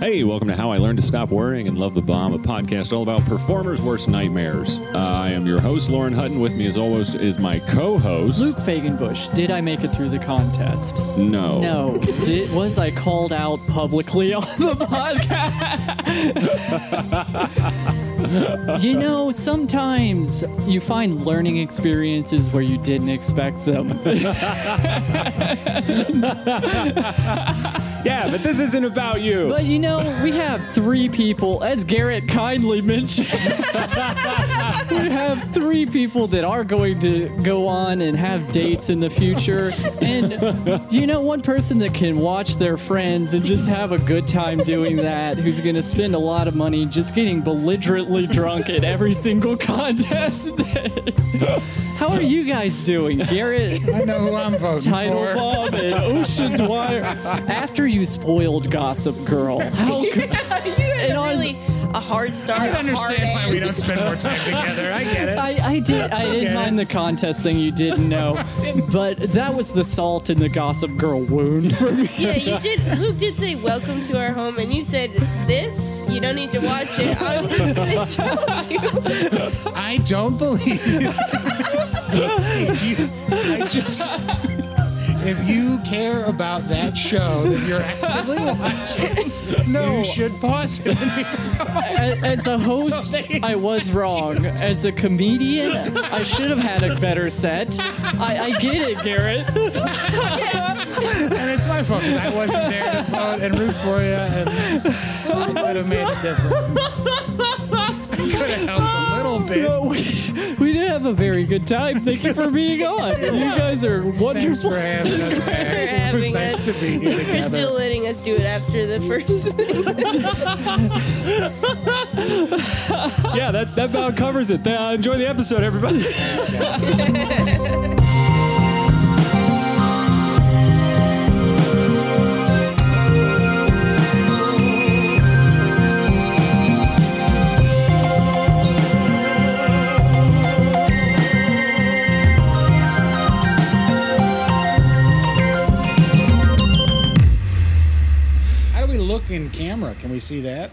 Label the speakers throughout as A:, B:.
A: Hey, welcome to How I Learned to Stop Worrying and Love the Bomb, a podcast all about performers' worst nightmares. Uh, I am your host, Lauren Hutton. With me, as always, is my co host.
B: Luke Fagenbush, did I make it through the contest?
A: No.
B: No. Did, was I called out publicly on the podcast? you know, sometimes you find learning experiences where you didn't expect them.
A: Yeah, but this isn't about you.
B: But you know, we have three people, as Garrett kindly mentioned. we have three people that are going to go on and have dates in the future. And you know, one person that can watch their friends and just have a good time doing that, who's going to spend a lot of money just getting belligerently drunk at every single contest. How are you guys doing, Garrett?
C: I know who I'm voting
B: Title
C: for.
B: Bomb and Ocean Wire. After you spoiled Gossip Girl, how could
D: You had
B: It
D: a
B: was-
D: really a hard start.
C: I
D: a
C: understand
D: hard
C: why we don't spend more time together. I get it.
B: I, I did I didn't
C: it.
B: mind the contest thing you didn't know, but that was the salt in the Gossip Girl wound for me.
D: Yeah, you did. Luke did say, "Welcome to our home," and you said, "This you don't need to watch it." I'm just gonna tell you.
C: I don't believe you. if you. I just. If you care about that show that you're actively watching, no. you should pause it.
B: As, as a host,
C: Sorry.
B: I was wrong. As a comedian, I should have had a better set. I, I get it, Garrett.
C: And it's my fault 'cause I wasn't there to vote and root for you, and
D: Oh
C: it would have made a difference. Could have helped a little bit.
B: But we, we did have a very good time. Thank you for being on. You guys are
C: Thanks
B: wonderful.
C: for having us back. It was
D: having
C: nice
D: us.
C: to be here
D: Thanks for
C: together.
D: still letting us do it after the first. thing.
A: yeah, that, that about covers it. Uh, enjoy the episode, everybody.
C: How do we look in camera? Can we see that?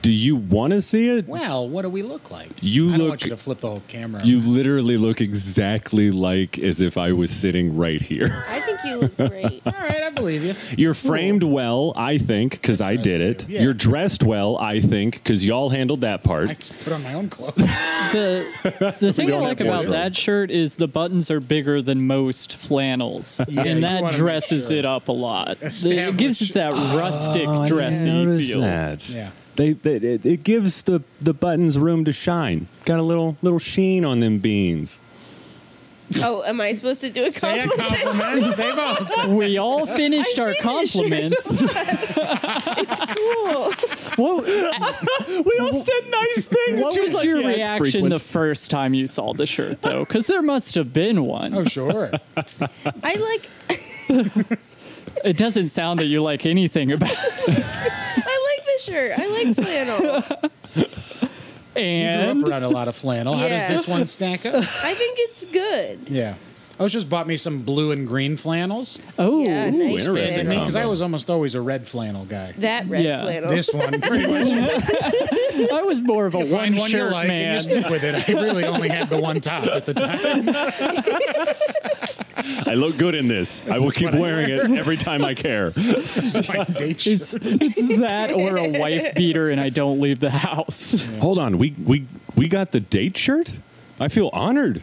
A: Do you want to see it?
C: Well, what do we look like?
A: You
C: I don't
A: look-
C: want you to flip the whole camera.
A: You literally look exactly like as if I was sitting right here.
D: I think you look great.
C: All right, I believe you.
A: You're framed well, I think, because I did it.
C: Dressed you, yeah.
A: You're dressed well, I think, because y'all handled that part.
C: I just put on my own clothes.
B: The, the thing I
A: don't
B: like
A: have
B: about
A: to.
B: that shirt is the buttons are bigger than most flannels,
C: Yeah, you
B: and
C: wanna
B: that
C: make
B: dresses
C: sure.
B: it up a lot. It gives it
C: Establish-
B: that rustic, dressy
A: Oh, notice
B: feel.
A: that.
C: Yeah.
A: They, they it, it gives the the buttons room to shine. Got a little little sheen on them beans.
D: Oh, am I supposed to do a
C: Say a
D: compliment?
C: compliment. They both.
B: We all finished our compliments.
D: Cool.
B: what,
A: We all said nice things.
B: what was your reaction the first time you saw the shirt, though? Because there must have been one.
C: Oh, sure.
D: I like.
B: It doesn't sound that you like anything about.
D: I like the shirt. I like flannel.
C: Grew up
B: And
C: around a lot of flannel. How
D: Yeah.
C: does this one stack up?
D: I think it's good.
C: Yeah. I was just bought me some blue and green flannels.
B: oh,
D: Yeah, nice
A: interesting.
D: flannel.
C: Because I
A: Combo.
C: was almost always a red flannel guy.
D: That red
B: Yeah.
D: flannel.
C: This one, pretty much.
B: I was more of a
C: Find
B: one
C: one you
B: shirt
C: like and you
B: man.
C: stick with it. I really only had the one top at the time.
A: I look good in this. I will
C: is
A: keep
C: what I
A: wearing it every time I care.
C: It's my date shirt.
B: It's, it's that or a wife beater, and I don't leave the house.
A: Hold on, we we we got the date shirt. I feel honored.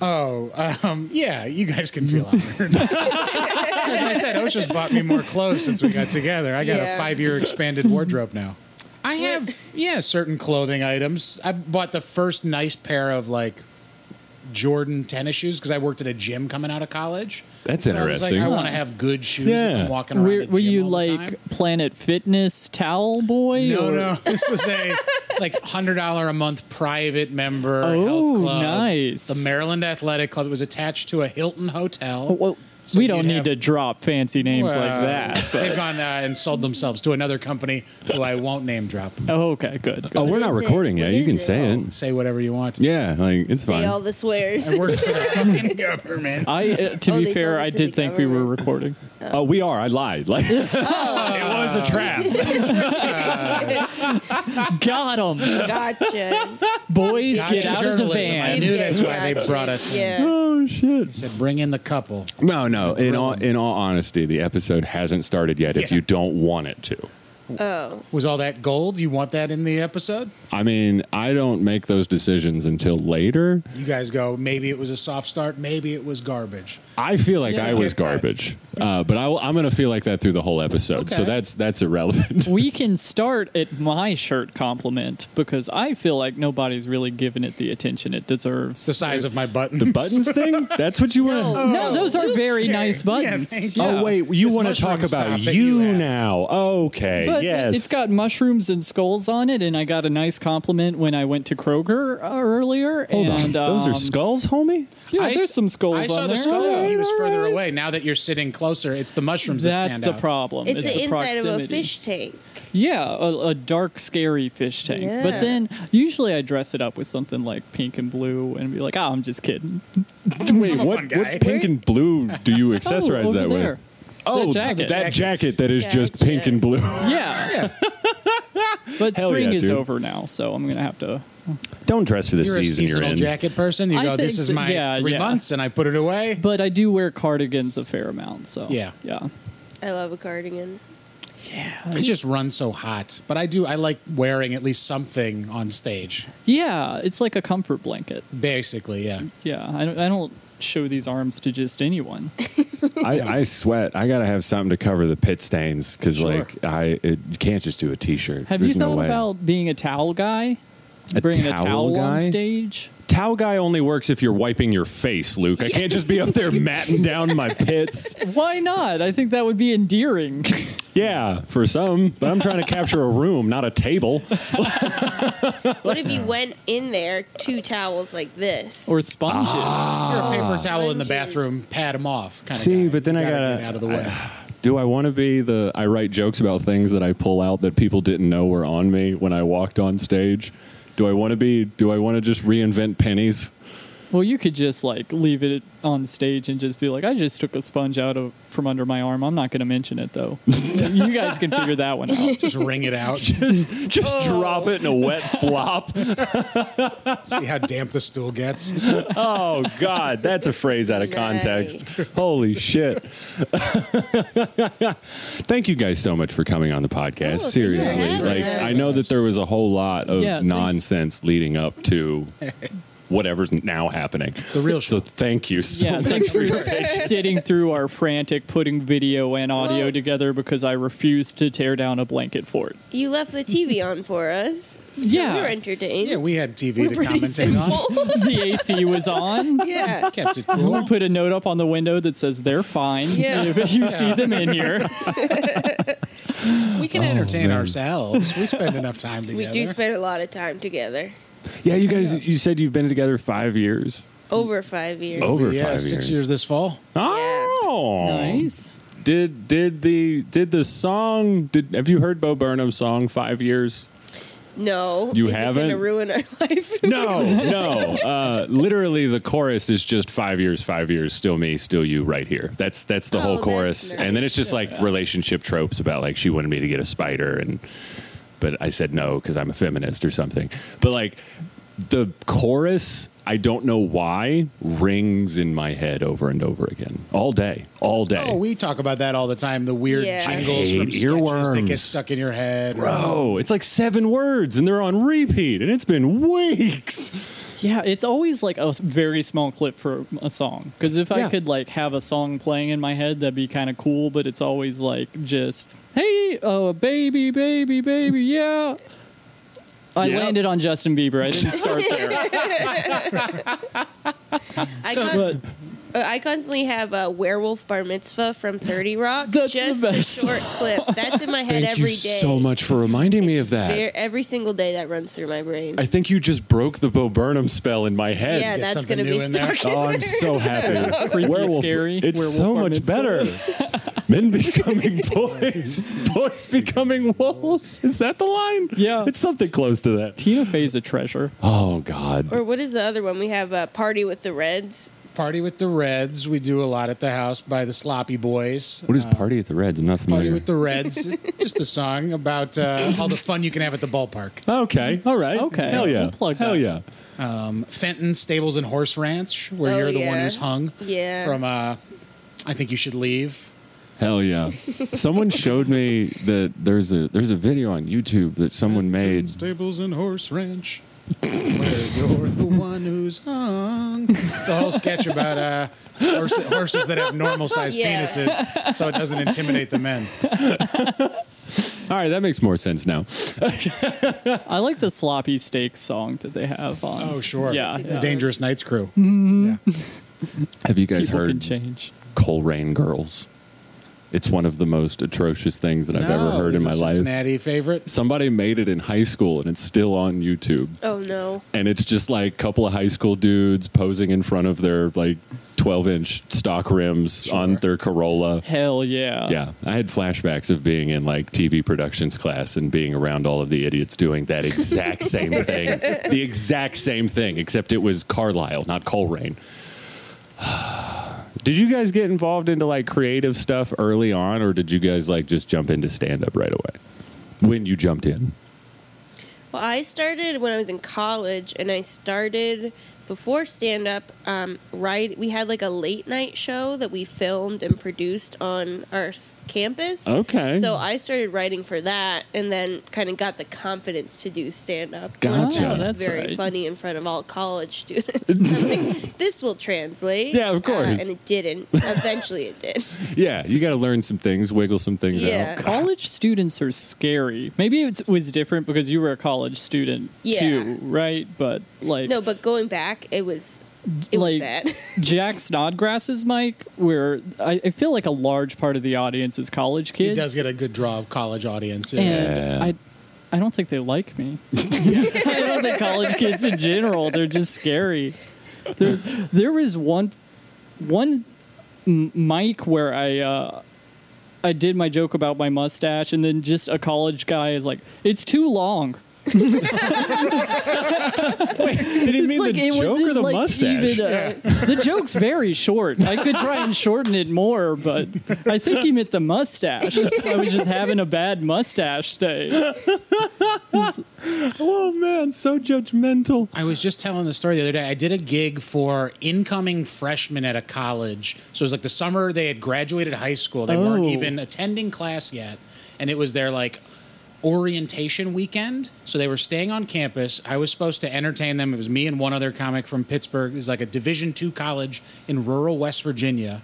C: Oh, um, yeah, you guys can feel honored. As I said, Osha's bought me more clothes since we got together. I got
D: Yeah.
C: a five year expanded wardrobe now. I have, yeah, certain clothing items. I bought the first nice pair of like Jordan tennis shoes because I worked at a gym coming out of college.
A: That's
C: I was
A: interesting.
C: like, I want to have good shoes
A: Yeah.
C: if I'm walking around.
B: Were,
C: a
B: were
C: gym
B: you
C: all the time.
B: like Planet Fitness towel boy?
C: No,
B: or-
C: no. This was a like hundred dollar a month private member health
B: Oh,
C: club.
B: nice.
C: The Maryland Athletic Club. It was attached to a Hilton hotel.
B: Oh, Well,
C: So
B: we don't
C: you'd
B: need
C: have-
B: to drop fancy names
C: Well,
B: like that. but-
C: They've gone uh, and sold themselves to another company who I won't name drop.
B: oh, okay, good.
A: Oh,
B: good.
A: we're not
D: is it?
A: recording yet.
D: What
A: You
D: is
A: can
D: it?
A: say it.
C: Say whatever you want.
A: Yeah, like it's
D: Say all
A: fine.
D: the swears.
C: I worked for the fucking government.
B: I, uh, to
D: Oh,
B: be
D: they
B: fair,
D: sold it
B: I
D: to
B: did
D: the
B: think we were
D: government.
B: recording.
A: Oh, we are. I lied. Like it was a trap.
B: Got 'em.
D: Gotcha.
B: boys!
C: Gotcha
B: get out of the
C: journalism. I
B: van.
C: knew that's why they brought us. in.
D: Yeah.
A: Oh shit.
C: Said bring in the couple.
A: No, no. In all in all honesty, the episode hasn't started yet. If
C: Yeah.
A: you don't want it to.
D: Oh.
C: Was all that gold? You want that in the episode?
A: I mean, I don't make those decisions until later.
C: You guys go. Maybe it was a soft start. Maybe it was garbage.
A: I feel like
C: Yeah,
A: I was
C: get that.
A: garbage, uh, but I will, I'm going to feel like that through the whole episode. So
C: Okay.
A: that's that's irrelevant.
B: We can start at my shirt compliment because I feel like nobody's really giving it the attention it deserves.
C: The size of my buttons.
A: the buttons thing? That's what you want. to
D: Oh.
B: no, those are
D: Luke
B: very
D: shirt.
B: nice buttons.
C: thank you.
B: Yeah.
A: Oh wait, you
C: This
A: want to
C: mushroom
A: talk about
C: stop that
A: you,
C: you had.
A: now? Okay,
B: But
A: yes.
B: it's got mushrooms and skulls on it, and I got a nice compliment when I went to Kroger uh, earlier.
A: Hold on,
B: and
A: those are
B: um,
A: skulls, homie.
B: Yeah,
C: I-
B: there's some skulls
C: I saw
B: on
C: the
B: there.
C: skull when he was
A: Alright,
C: further
A: alright.
C: away. Now that you're sitting closer, it's the mushrooms that
B: That's
C: stand
B: the
C: out.
B: problem.
D: It's, the, inside
B: proximity.
D: of a fish tank.
B: Yeah, a, a dark, scary fish tank. But
D: Yeah.
B: then usually I dress it up with something like pink and blue and be like, oh, I'm just kidding.
A: Wait,
C: a
A: what,
C: fun
A: what
C: guy.
A: pink and blue do you accessorize
B: Oh, over
A: that with?
B: there.
A: Oh,
B: That jacket.
A: that jacket that is just
D: Gotcha.
A: pink and blue.
B: Yeah. But
A: Hell
B: spring
A: yeah,
B: is
A: dude.
B: over now, so I'm going to have to.
A: Don't dress for the
C: You're a
A: season you're
C: seasonal
A: in.
C: jacket person. You
B: I
C: go, this
B: think
C: is
B: so-
C: my
B: yeah,
C: three
B: yeah.
C: months, and I put it away.
B: But I do wear cardigans a fair amount, so.
C: Yeah.
B: Yeah.
D: I love a cardigan.
C: It just runs so hot. But I do. I like wearing at least something on stage.
B: Yeah, it's like a comfort blanket.
C: Basically, yeah.
B: Yeah, I don't, I don't show these arms to just anyone.
A: I, I sweat. I gotta have something to cover the pit stains because,
C: Sure.
A: like, I it, you can't just do a t-shirt.
B: Have
A: There's
B: you thought
A: no way.
B: about being a towel guy? Bringing
A: towel
B: a towel on
A: guy?
B: stage?
A: towel guy only works if you're wiping your face, Luke? I can't just be up there matting down my pits.
B: Why not? I think that would be endearing.
A: Yeah, for some, but I'm trying to capture a room, not a table.
D: What if you went in there two towels like this?
B: or sponges.
D: Ah.
C: Or a paper towel in the
D: Sponges.
C: bathroom, pat them off. Kind
A: See,
C: of
A: but then I gotta-
C: get out of the way.
A: Do I want to be the I write jokes about things that I pull out that people didn't know were on me when I walked on stage? Do I want to be do I want to just reinvent pennies?
B: Well, you could just like leave it on stage and just be like, "I just took a sponge out of from under my arm. I'm not going to mention it though. you guys can figure that one out."
C: Just wring it out.
A: Just just
D: Oh.
A: drop it in a wet flop.
C: See how damp the stool gets.
A: Oh God, that's a phrase out of context. Holy shit! Thank you guys so much for coming on the podcast.
D: Oh, thanks for
A: Seriously,
D: having
A: like
D: us.
A: I know that there was a whole lot of
B: Yeah, thanks.
A: nonsense leading up to whatever's now happening.
C: The real
A: So
C: show.
A: thank you so
B: Yeah,
A: much
B: thanks
A: for
B: for
A: your
B: sitting through our frantic putting video and audio
D: Well-
B: together because I refused to tear down a blanket fort.
D: You left the TV on for us. So
B: Yeah.
D: We were entertained.
C: Yeah, we had TV
D: We're
C: to
D: pretty
C: commentate on.
D: simple.
B: The AC was on.
D: yeah.
C: Kept it cool.
B: We put a note up on the window that says they're fine
D: Yeah.
B: if you see them in here.
C: We can
A: Oh,
C: entertain ourselves. We spend enough time together.
D: We do spend a lot of time together.
A: Yeah, you guys. You said you've been together five years.
D: Over five years.
A: Over
C: yeah,
A: five
C: six
A: years.
C: years. this fall.
A: Oh,
B: Nice.
A: Did did the did the song? Did have you heard Bo Burnham's song Five Years?
D: No.
A: You
D: Is It
A: haven't?
D: gonna ruin our life.
A: No, no. Uh, literally, the chorus is just five years, five years, still me, still you, right here. That's that's the
D: Oh,
A: whole
D: that's
A: chorus, and then it's just like relationship tropes about like she wanted me to get a spider, and but I said no because I'm a feminist or something. But like the chorus, I don't know why, rings in my head over and over again, all day, all day.
C: Oh, we talk about that all the time. The weird
D: Yeah. I
C: jingles from
A: hate
C: sketches that
A: earworms.
C: get stuck in your head.
A: Bro, Oh, it's like seven words and they're on repeat, and it's been weeks.
B: Yeah, it's always like a very small clip for a song. Because if
A: Yeah.
B: I could like have a song playing in my head, that'd be kind of cool. But it's always like just hey, oh baby, baby, baby, yeah. I
A: Yep.
B: landed on Justin Bieber. I didn't start there.
D: I got,
B: but
D: Uh, I constantly have a werewolf bar mitzvah from 30 Rock.
B: That's the
D: just
B: best.
D: short clip. That's in my head
A: Thank you
D: every day.
A: so much for reminding me of that.
D: There- Every single day that runs through my brain.
A: I think you just broke the Bo Burnham spell in my head.
D: yeah, that's
C: something
D: going to be
C: new in there.
D: stuck. in
A: Oh, I'm so happy.
B: Creepy,
A: werewolf,
B: scary.
A: It's
B: werewolf
A: so
B: bar
A: much
B: mitzvah.
A: better. Men becoming boys, boys becoming wolves. Is that the line?
B: Yeah.
A: it's something close to that.
B: Tina Fey's a treasure.
A: Oh God,
D: Or what is the other one? We have a party with the Reds.
C: Party with the Reds. We do a lot at the house by the Sloppy Boys.
A: what is party at the Reds? I'm not
C: Party
A: familiar.
C: with the Reds. Just a song about uh, all the fun you can have at the ballpark.
A: okay, all right,
B: Okay,
A: hell yeah,
B: we'll plug
A: hell
B: that.
A: yeah.
C: Fenton Stables and Horse Ranch, where
D: Oh,
C: you're the one
D: yeah.
C: who's hung
D: Yeah.
C: from uh, I Think You Should Leave.
A: Hell yeah! Someone showed me that there's a there's a video on YouTube that someone made.
C: Stables and Horse Ranch. Where you're the one who's hung. It's a whole sketch about uh, horse, horses that have normal sized
D: Yeah.
C: penises so it doesn't intimidate the men.
A: All right, that makes more sense now.
B: I like the sloppy steak song that they have on.
C: Oh, sure.
B: Yeah.
C: The Dangerous Knights crew. Yeah.
A: Have you guys
B: People can
A: heard
B: change.
A: Coleraine Girls? It's one of the most atrocious things that I've ever
C: No,
A: heard
C: it's
A: in
C: a
A: my life.
C: Cincinnati favorite.
A: Somebody made it in high school and it's still on YouTube.
D: Oh, no.
A: And it's just like a couple of high school dudes posing in front of their like 12 inch stock rims on their Corolla.
B: Hell yeah.
A: Yeah, I had flashbacks of being in like TV productions class and being around all of the idiots doing that exact same thing. The exact same thing, except it was Carlisle, not Coleraine. did you guys get involved into like creative stuff early on, or did you guys like just jump into stand up right away? When you jumped in,
D: Well, I started when I was in college, and I started before stand up. Um, right, we had like a late night show that we filmed and produced on our s- campus.
A: Okay.
D: So I started writing for that, and then kind of got the confidence to do stand up.
A: Gotcha.
D: was
B: That's
D: very
B: right.
D: funny in front of all college students. I'm like, this will translate. Uh,
A: Yeah, of course.
D: and it didn't. Eventually, it did.
A: yeah, you got to learn some things, wiggle some things
D: Yeah.
A: out.
B: College students are scary. Maybe it was different because you were a college student
D: Yeah.
B: too, right? But like
D: No, but going back, it was it was
B: Like-
D: bad.
B: Jack Snodgrass's mic, where I, I feel like a large part of the audience is college kids.
C: He does get a good draw of college audience. Yeah.
B: and
A: Yeah.
B: I, I don't think they like me. I don't think college kids in general. They're just scary. There, there was one, one m- mic where I, uh, I did my joke about my mustache, and then just a college guy is like, "It's too long."
A: Did he mean the
B: It's like, it
A: joke or
B: wasn't,
A: the
B: like,
A: mustache?
B: even, uh, The joke's very short. I could try and shorten it more, but I think he meant the mustache. I was just having a bad mustache day.
A: oh man, so judgmental.
C: I was just telling the story the other day. I did a gig for incoming freshmen at a college. So it was like the summer they had graduated high school. They weren't
B: Oh.
C: even attending class yet. And it was their like orientation weekend. So they were staying on campus. I was supposed to entertain them. It was me and one other comic from Pittsburgh. It's like a division two college in rural West Virginia.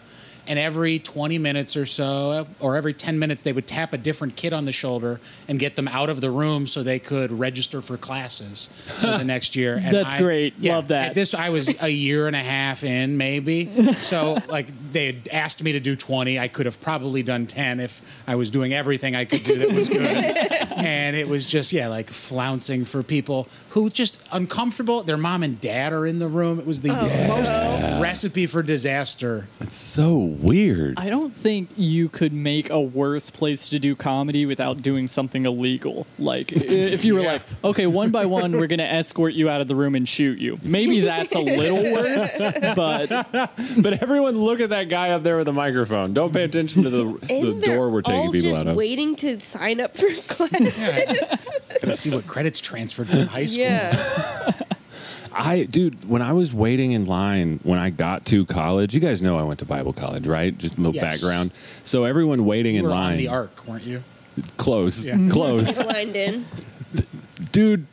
C: And every 20 minutes or so, or every 10 minutes, they would tap a different kid on the shoulder and get them out of the room so they could register for classes for the next year. And
B: That's great. Love that.
C: at This I was a year and a half in, maybe. So like they had asked me to do twenty. I could have probably done ten if I was doing everything I could do that was good. and it was just yeah, like flouncing for people who just uncomfortable. Their mom and dad are in the room. It was the most recipe for disaster.
A: It's so weird.
B: I don't think you could make a worse place to do comedy without doing something illegal. Like i- if you were like, okay, one by one, we're gonna escort you out of the room and shoot you. Maybe that's a little worse, but
A: But everyone, look at that guy up there with the microphone. Don't pay attention to the, the
D: And they're
A: door we're taking
D: all
A: people
D: just
A: out of.
D: waiting to sign up for class.
C: Gotta see what credits transferred from high school.
D: yeah.
A: I, dude, when I was waiting in line when I got to college, you guys know I went to Bible college, right? Just a little
C: Yes.
A: background. So everyone waiting
C: You
A: in
C: were on
A: line,
C: the arc, weren't you?
A: close,
C: Yeah.
A: close,
D: Blind in.
A: dude.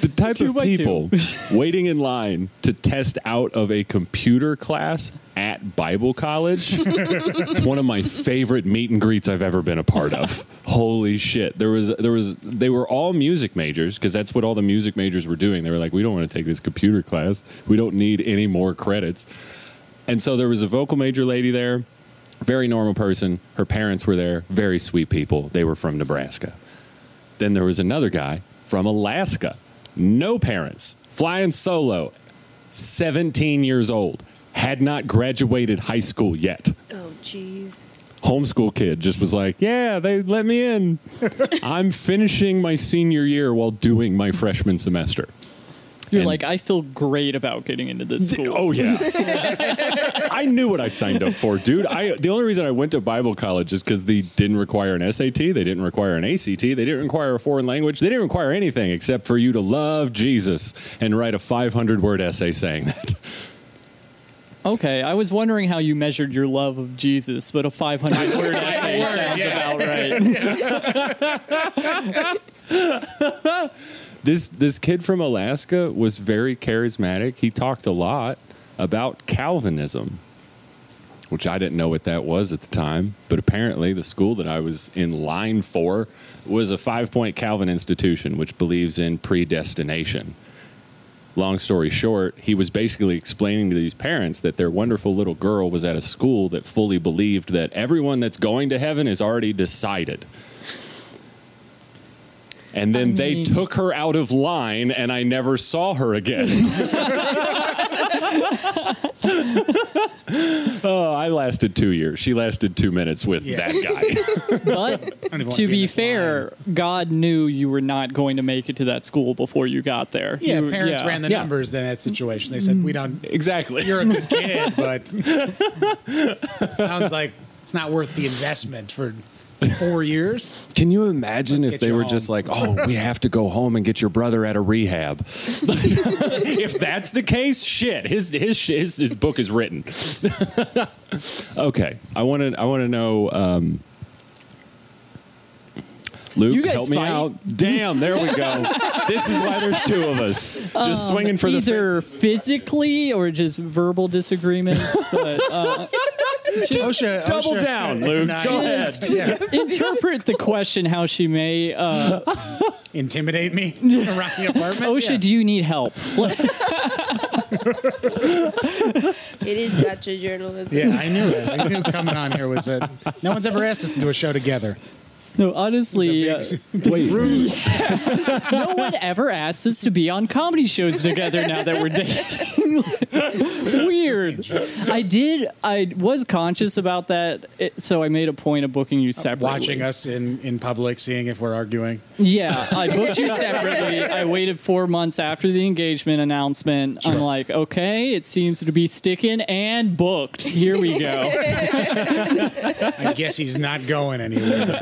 A: The type
B: Two
A: of
B: by two.
A: people waiting in line to test out of a computer class at Bible college. it's one of my favorite meet and greets I've ever been a part of. Holy shit. There was there was they were all music majors because that's what all the music majors were doing. They were like, "We don't want to take this computer class. We don't need any more credits." And so there was a vocal major lady there, very normal person. Her parents were there, very sweet people. They were from Nebraska. Then there was another guy from Alaska, no parents, flying solo, 17 years old, had not graduated high school yet
D: Oh, jeez.
A: homeschool kid just was like, "Yeah, they let me in. I'm finishing my senior year while doing my freshman semester."
B: You're
A: And-
B: like, I feel great about getting into this school.
A: Oh yeah. I knew what I signed up for, dude. I the only reason I went to Bible college is cuz they didn't require an SAT, they didn't require an ACT, they didn't require a foreign language, they didn't require anything except for you to love Jesus and write a 500-word essay saying that.
B: Okay, I was wondering how you measured your love of Jesus, but a 500 word essay
C: Word,
B: sounds
C: yeah.
B: about right.
A: this this kid from Alaska was very charismatic. He talked a lot about Calvinism, which I didn't know what that was at the time, but apparently the school that I was in line for was a five-point Calvin institution which believes in predestination. Long story short, he was basically explaining to these parents that their wonderful little girl was at a school that fully believed that everyone that's going to heaven is already decided. And then they
B: mean-
A: took her out of line, and I never saw her again. oh, I lasted two years. She lasted two minutes with
C: Yeah.
A: that guy.
B: But
C: don't even wanna
B: to
C: be in
B: be
C: this
B: fair, God knew you were not going to make it to that school before you got there.
C: Yeah,
B: You-
C: parents
B: yeah.
C: ran the
A: Yeah.
C: numbers in that situation. They said, "We don't.
A: exactly.
C: You're a good kid, but sounds like it's not worth the investment for four years."
A: Can you imagine
C: Let's
A: if
C: get
A: they
C: you
A: were
C: home.
A: just like, "Oh, we have to go home and get your brother out of rehab"? if that's the case, shit, his his sh- his, his book is written. okay, I want to I want to know. Um, Luke,
B: You guys
A: help me
B: fight?
A: out. Damn, there we go. this is why there's two of us just swinging for the fence.
B: Um, Either physically or just verbal disagreements, but uh, just
C: OSHA,
A: Double
C: OSHA-
A: down, Luke.
C: Nice.
A: Go
B: Just-
A: ahead.
C: Yeah.
B: interpret the question how she may. Uh,
C: Intimidate me around the apartment.
B: OSHA,
C: Yeah.
B: do you need help?
D: It is gotcha journalism.
C: Yeah, I knew it. I knew coming on here was a. No one's ever asked us to do a show together.
B: No, honestly, uh,
C: It's a big, big ruse.
B: no one ever asks us to be on comedy shows together now that we're dating. Weird. I did. I was conscious about that, it, so I made a point of booking you separately.
C: Watching us in, in public, seeing if we're arguing.
B: Yeah, I booked you separately. I waited four months after the engagement announcement. I'm like, okay, it seems to be sticking and booked. Here we go.
C: I guess he's not going anywhere.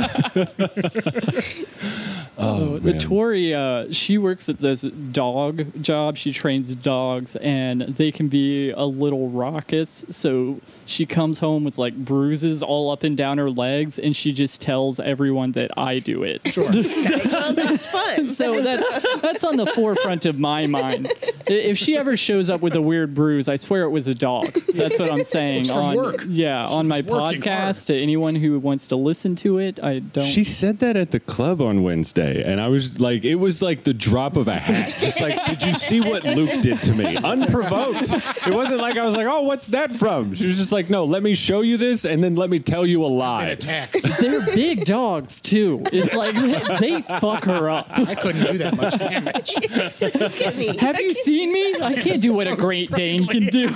B: But
A: man.
B: Tori, uh, she works at this dog job. She trains dogs, and they can be a little raucous. So she comes home with like bruises all up and down her legs, and she just tells everyone that I do it.
C: Sure.
D: Okay, well, that's fun.
B: So that's that's on the forefront of my mind. I- If she ever shows up with a weird bruise, I swear it was a dog. That's what I'm saying.
C: It's from
B: on,
C: work.
B: Yeah, on my
C: working hard.
B: podcast, to anyone who wants to listen to it, I don't.
A: She said that at the club on Wednesday, and I was like, it was like the drop of a hat. Just like, did you see what Luke did to me? Unprovoked. It wasn't like I was like, oh, what's that from? She was just like, no, let me show you this, and then let me tell you a
C: Been
A: lie.
C: attacked.
B: They're big dogs too. It's like they, they fuck her up.
C: I couldn't do that much damage.
D: Look at me.
B: Have you seen me? I can't do what a Great Dane can do.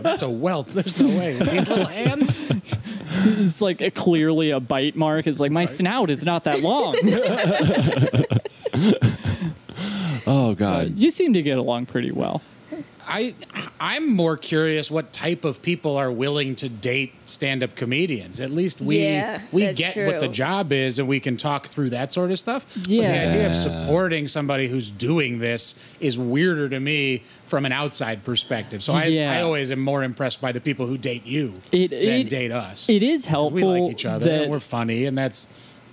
C: That's a welt. There's no way. These little hands.
B: It's like a, clearly a bite mark. It's like my snout is not that long.
A: Oh God.
B: You seem to get along pretty well.
C: I I'm more curious what type of people are willing to date stand-up comedians. At least we
D: Yeah,
C: we
D: that's
C: get what the
D: true.
C: job is and we can talk through that sort of stuff. But
B: Yeah.
C: the idea of supporting somebody who's doing this is weirder to me from an outside perspective. So I,
B: Yeah.
C: I always am more impressed by the people who date you
B: It-
C: than
B: it-
C: date us.
B: It is helpful.
C: we like each other
B: that
C: and we're funny and that's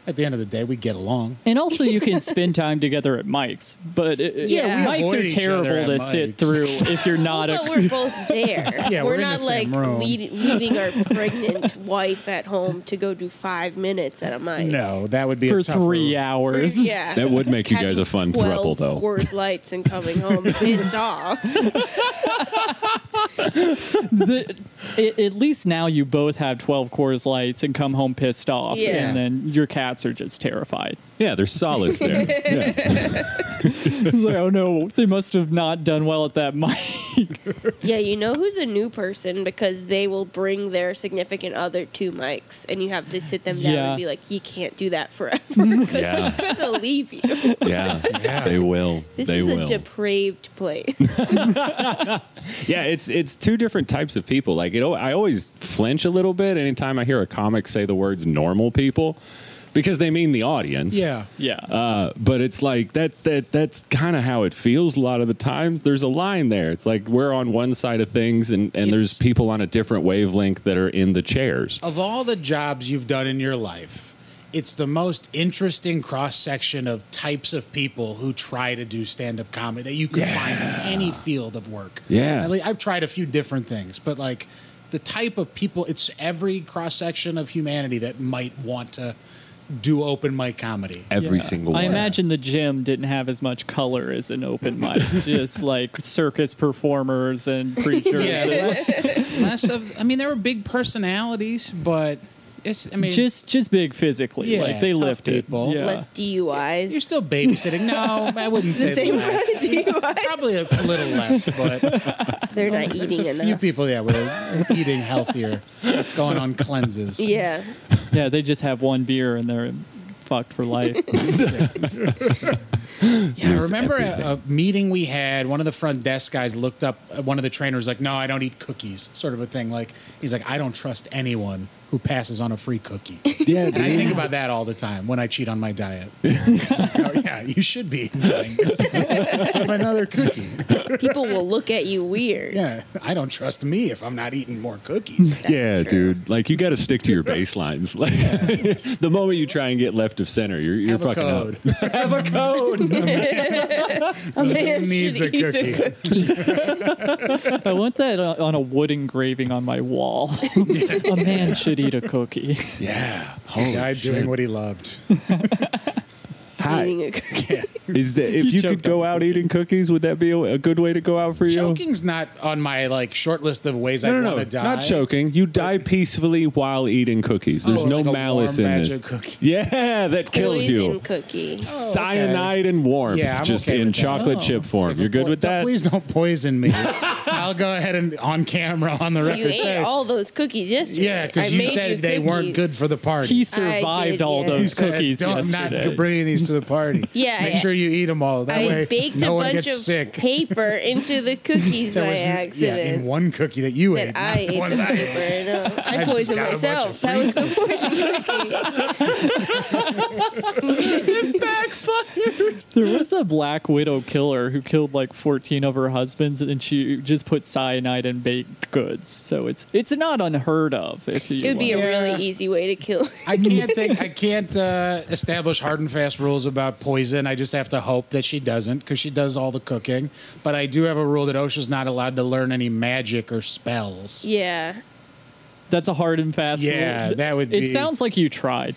C: At the end of the day, we get along.
B: And also, you can spend time together at mics, but it, it-
C: Yeah, we
B: mics
C: avoid
B: are
C: each other
B: terrible
C: at
B: to sit
C: mics.
B: through if you're not
D: But
B: a.
D: we're both there.
C: Yeah, we're in the
D: not like
C: same room.
D: lead- leaving our pregnant wife at home to go do five minutes at a mic.
C: No, that would be
B: For
C: a tougher-
B: three hours.
D: Yeah.
A: That would make you guys a fun
D: Having
A: throuple,
D: 12
A: though.
D: Coors Lights and coming home pissed off.
B: The- a- at least now you both have 12 Coors Lights and come home pissed off,
D: Yeah.
B: and then your cats are just terrified.
A: Yeah, there's solace there. Yeah.
B: It's like, oh no, they must have not done well at that mic.
D: Yeah, you know who's a new person because they will bring their significant other to mics, and you have to sit them down
B: Yeah.
D: and be like, "You can't do that forever because
A: Yeah.
D: they're gonna leave you."
A: yeah, they will.
D: This
A: they
D: is
A: will.
D: a depraved place.
A: yeah, it's it's two different types of people. Like it, al- I always flinch a little bit anytime I hear a comic say the words "normal people," because they mean the audience.
C: Yeah.
B: yeah.
A: Uh, but it's like that that that's kind of how it feels a lot of the times. There's a line there. It's like we're on one side of things, and and there's
C: It's-
A: people on a different wavelength that are in the chairs.
C: Of all the jobs you've done in your life, it's the most interesting cross section of types of people who try to do stand up comedy that you could find in any field of work.
A: Yeah.
C: At least I've tried a few different things, but like the type of people, it's every cross section of humanity that might want to do open mic comedy.
A: Every
B: Yeah.
A: single
B: I
A: one.
B: imagine the gym didn't have as much color as an open mic, just like circus performers and preachers.
C: Yeah, less, less of. I mean, there were big personalities, but it's. I mean,
B: Just, just big physically,
C: Yeah,
B: like they
C: tough
B: lifted.
C: people.
B: Yeah.
D: Less DUIs.
C: you're still babysitting. No, I wouldn't
D: the
C: say
D: same amount
C: less.
D: of DUIs.
C: Probably a little less, but
D: They're not
C: there's
D: eating
C: a few
D: enough.
C: people. Yeah, were eating healthier, going on cleanses.
D: Yeah,
B: yeah, they just have one beer and they're fucked for life.
C: Yeah, I
A: There's
C: remember
A: everything.
C: a, a meeting we had. One of the front desk guys looked up. uh, One of the trainers like, "No, I don't eat cookies." Sort of a thing. Like he's like, "I don't trust anyone who passes on a free cookie."
A: yeah,
C: And I
A: dude.
C: think about that all the time when I cheat on my diet. Oh, yeah, you should be enjoying this. Have another cookie.
D: people will look at you weird.
C: Yeah, I don't trust me if I'm not eating more cookies.
D: That's
A: yeah,
D: true.
A: dude. Like you got to stick to your baselines. Like the moment you try and get left of center, you're, you're
C: Have a
A: fucking
C: code.
A: out. Have a code.
D: A man
C: Who needs a
D: should eat
C: cookie?
B: I want that uh, on a wood engraving on my wall. a man should eat a cookie.
A: yeah.
C: He died doing what he loved.
A: Hi.
D: Eating a cookie.
A: Is that if
B: You
A: you
B: choked
A: could go
B: on
A: out eating cookies, would that be a, a good way to go out for you?
C: Choking's not on my like short list of ways
A: No,
C: I
A: no, no.
C: want to die.
A: Not choking. You die peacefully while eating cookies. There's
C: Oh,
A: no
C: like a
A: malice
C: warm
A: in
C: batch
A: this.
C: of cookies.
A: Yeah, that kills
D: Poison
A: you.
D: cookie. Oh,
A: Cyanide and warmth,
C: Yeah, I'm
A: just
C: okay
A: in
C: with that.
A: chocolate
B: Oh.
A: chip form. You're good with
C: Don't-
A: that?
C: Please don't poison me. I'll go ahead and on camera on the record
D: You ate
C: say,
D: all those cookies yesterday.
C: yeah,
D: I
C: because you
D: made
C: said
D: you
C: they weren't good
D: cookies.
C: for the party.
B: He
D: I
B: survived
D: did,
B: all
D: yeah.
C: He
B: those
C: said,
B: cookies
C: don't
B: yesterday.
C: not bringing these to the party.
D: Yeah,
C: make
D: yeah.
C: sure you eat them all. That
D: I
C: way,
D: baked
C: no
D: a
C: one
D: bunch
C: gets
D: of
C: sick.
D: paper into the cookies by accident.
C: Yeah, in one cookie that you ate. not
D: that I
C: the
D: ate
C: ones
D: the
C: I ate.
D: paper. No,
C: I
D: I,
C: just
D: poisoned
C: got a bunch
D: myself.
C: of
D: That was the poison
B: There was a black widow killer who killed like 14 of her husbands and she just put cyanide in baked goods. So it's it's not unheard of if you
D: It would be
B: like-
D: a
C: Yeah.
D: really easy way to kill.
C: I can't think. I can't uh, establish hard and fast rules about poison. I just have to hope that she doesn't, because she does all the cooking. But I do have a rule that OSHA's not allowed to learn any magic or spells.
D: Yeah.
B: That's a hard and fast
C: Yeah,
B: rule.
C: that would
B: It
C: be-
B: sounds like you tried.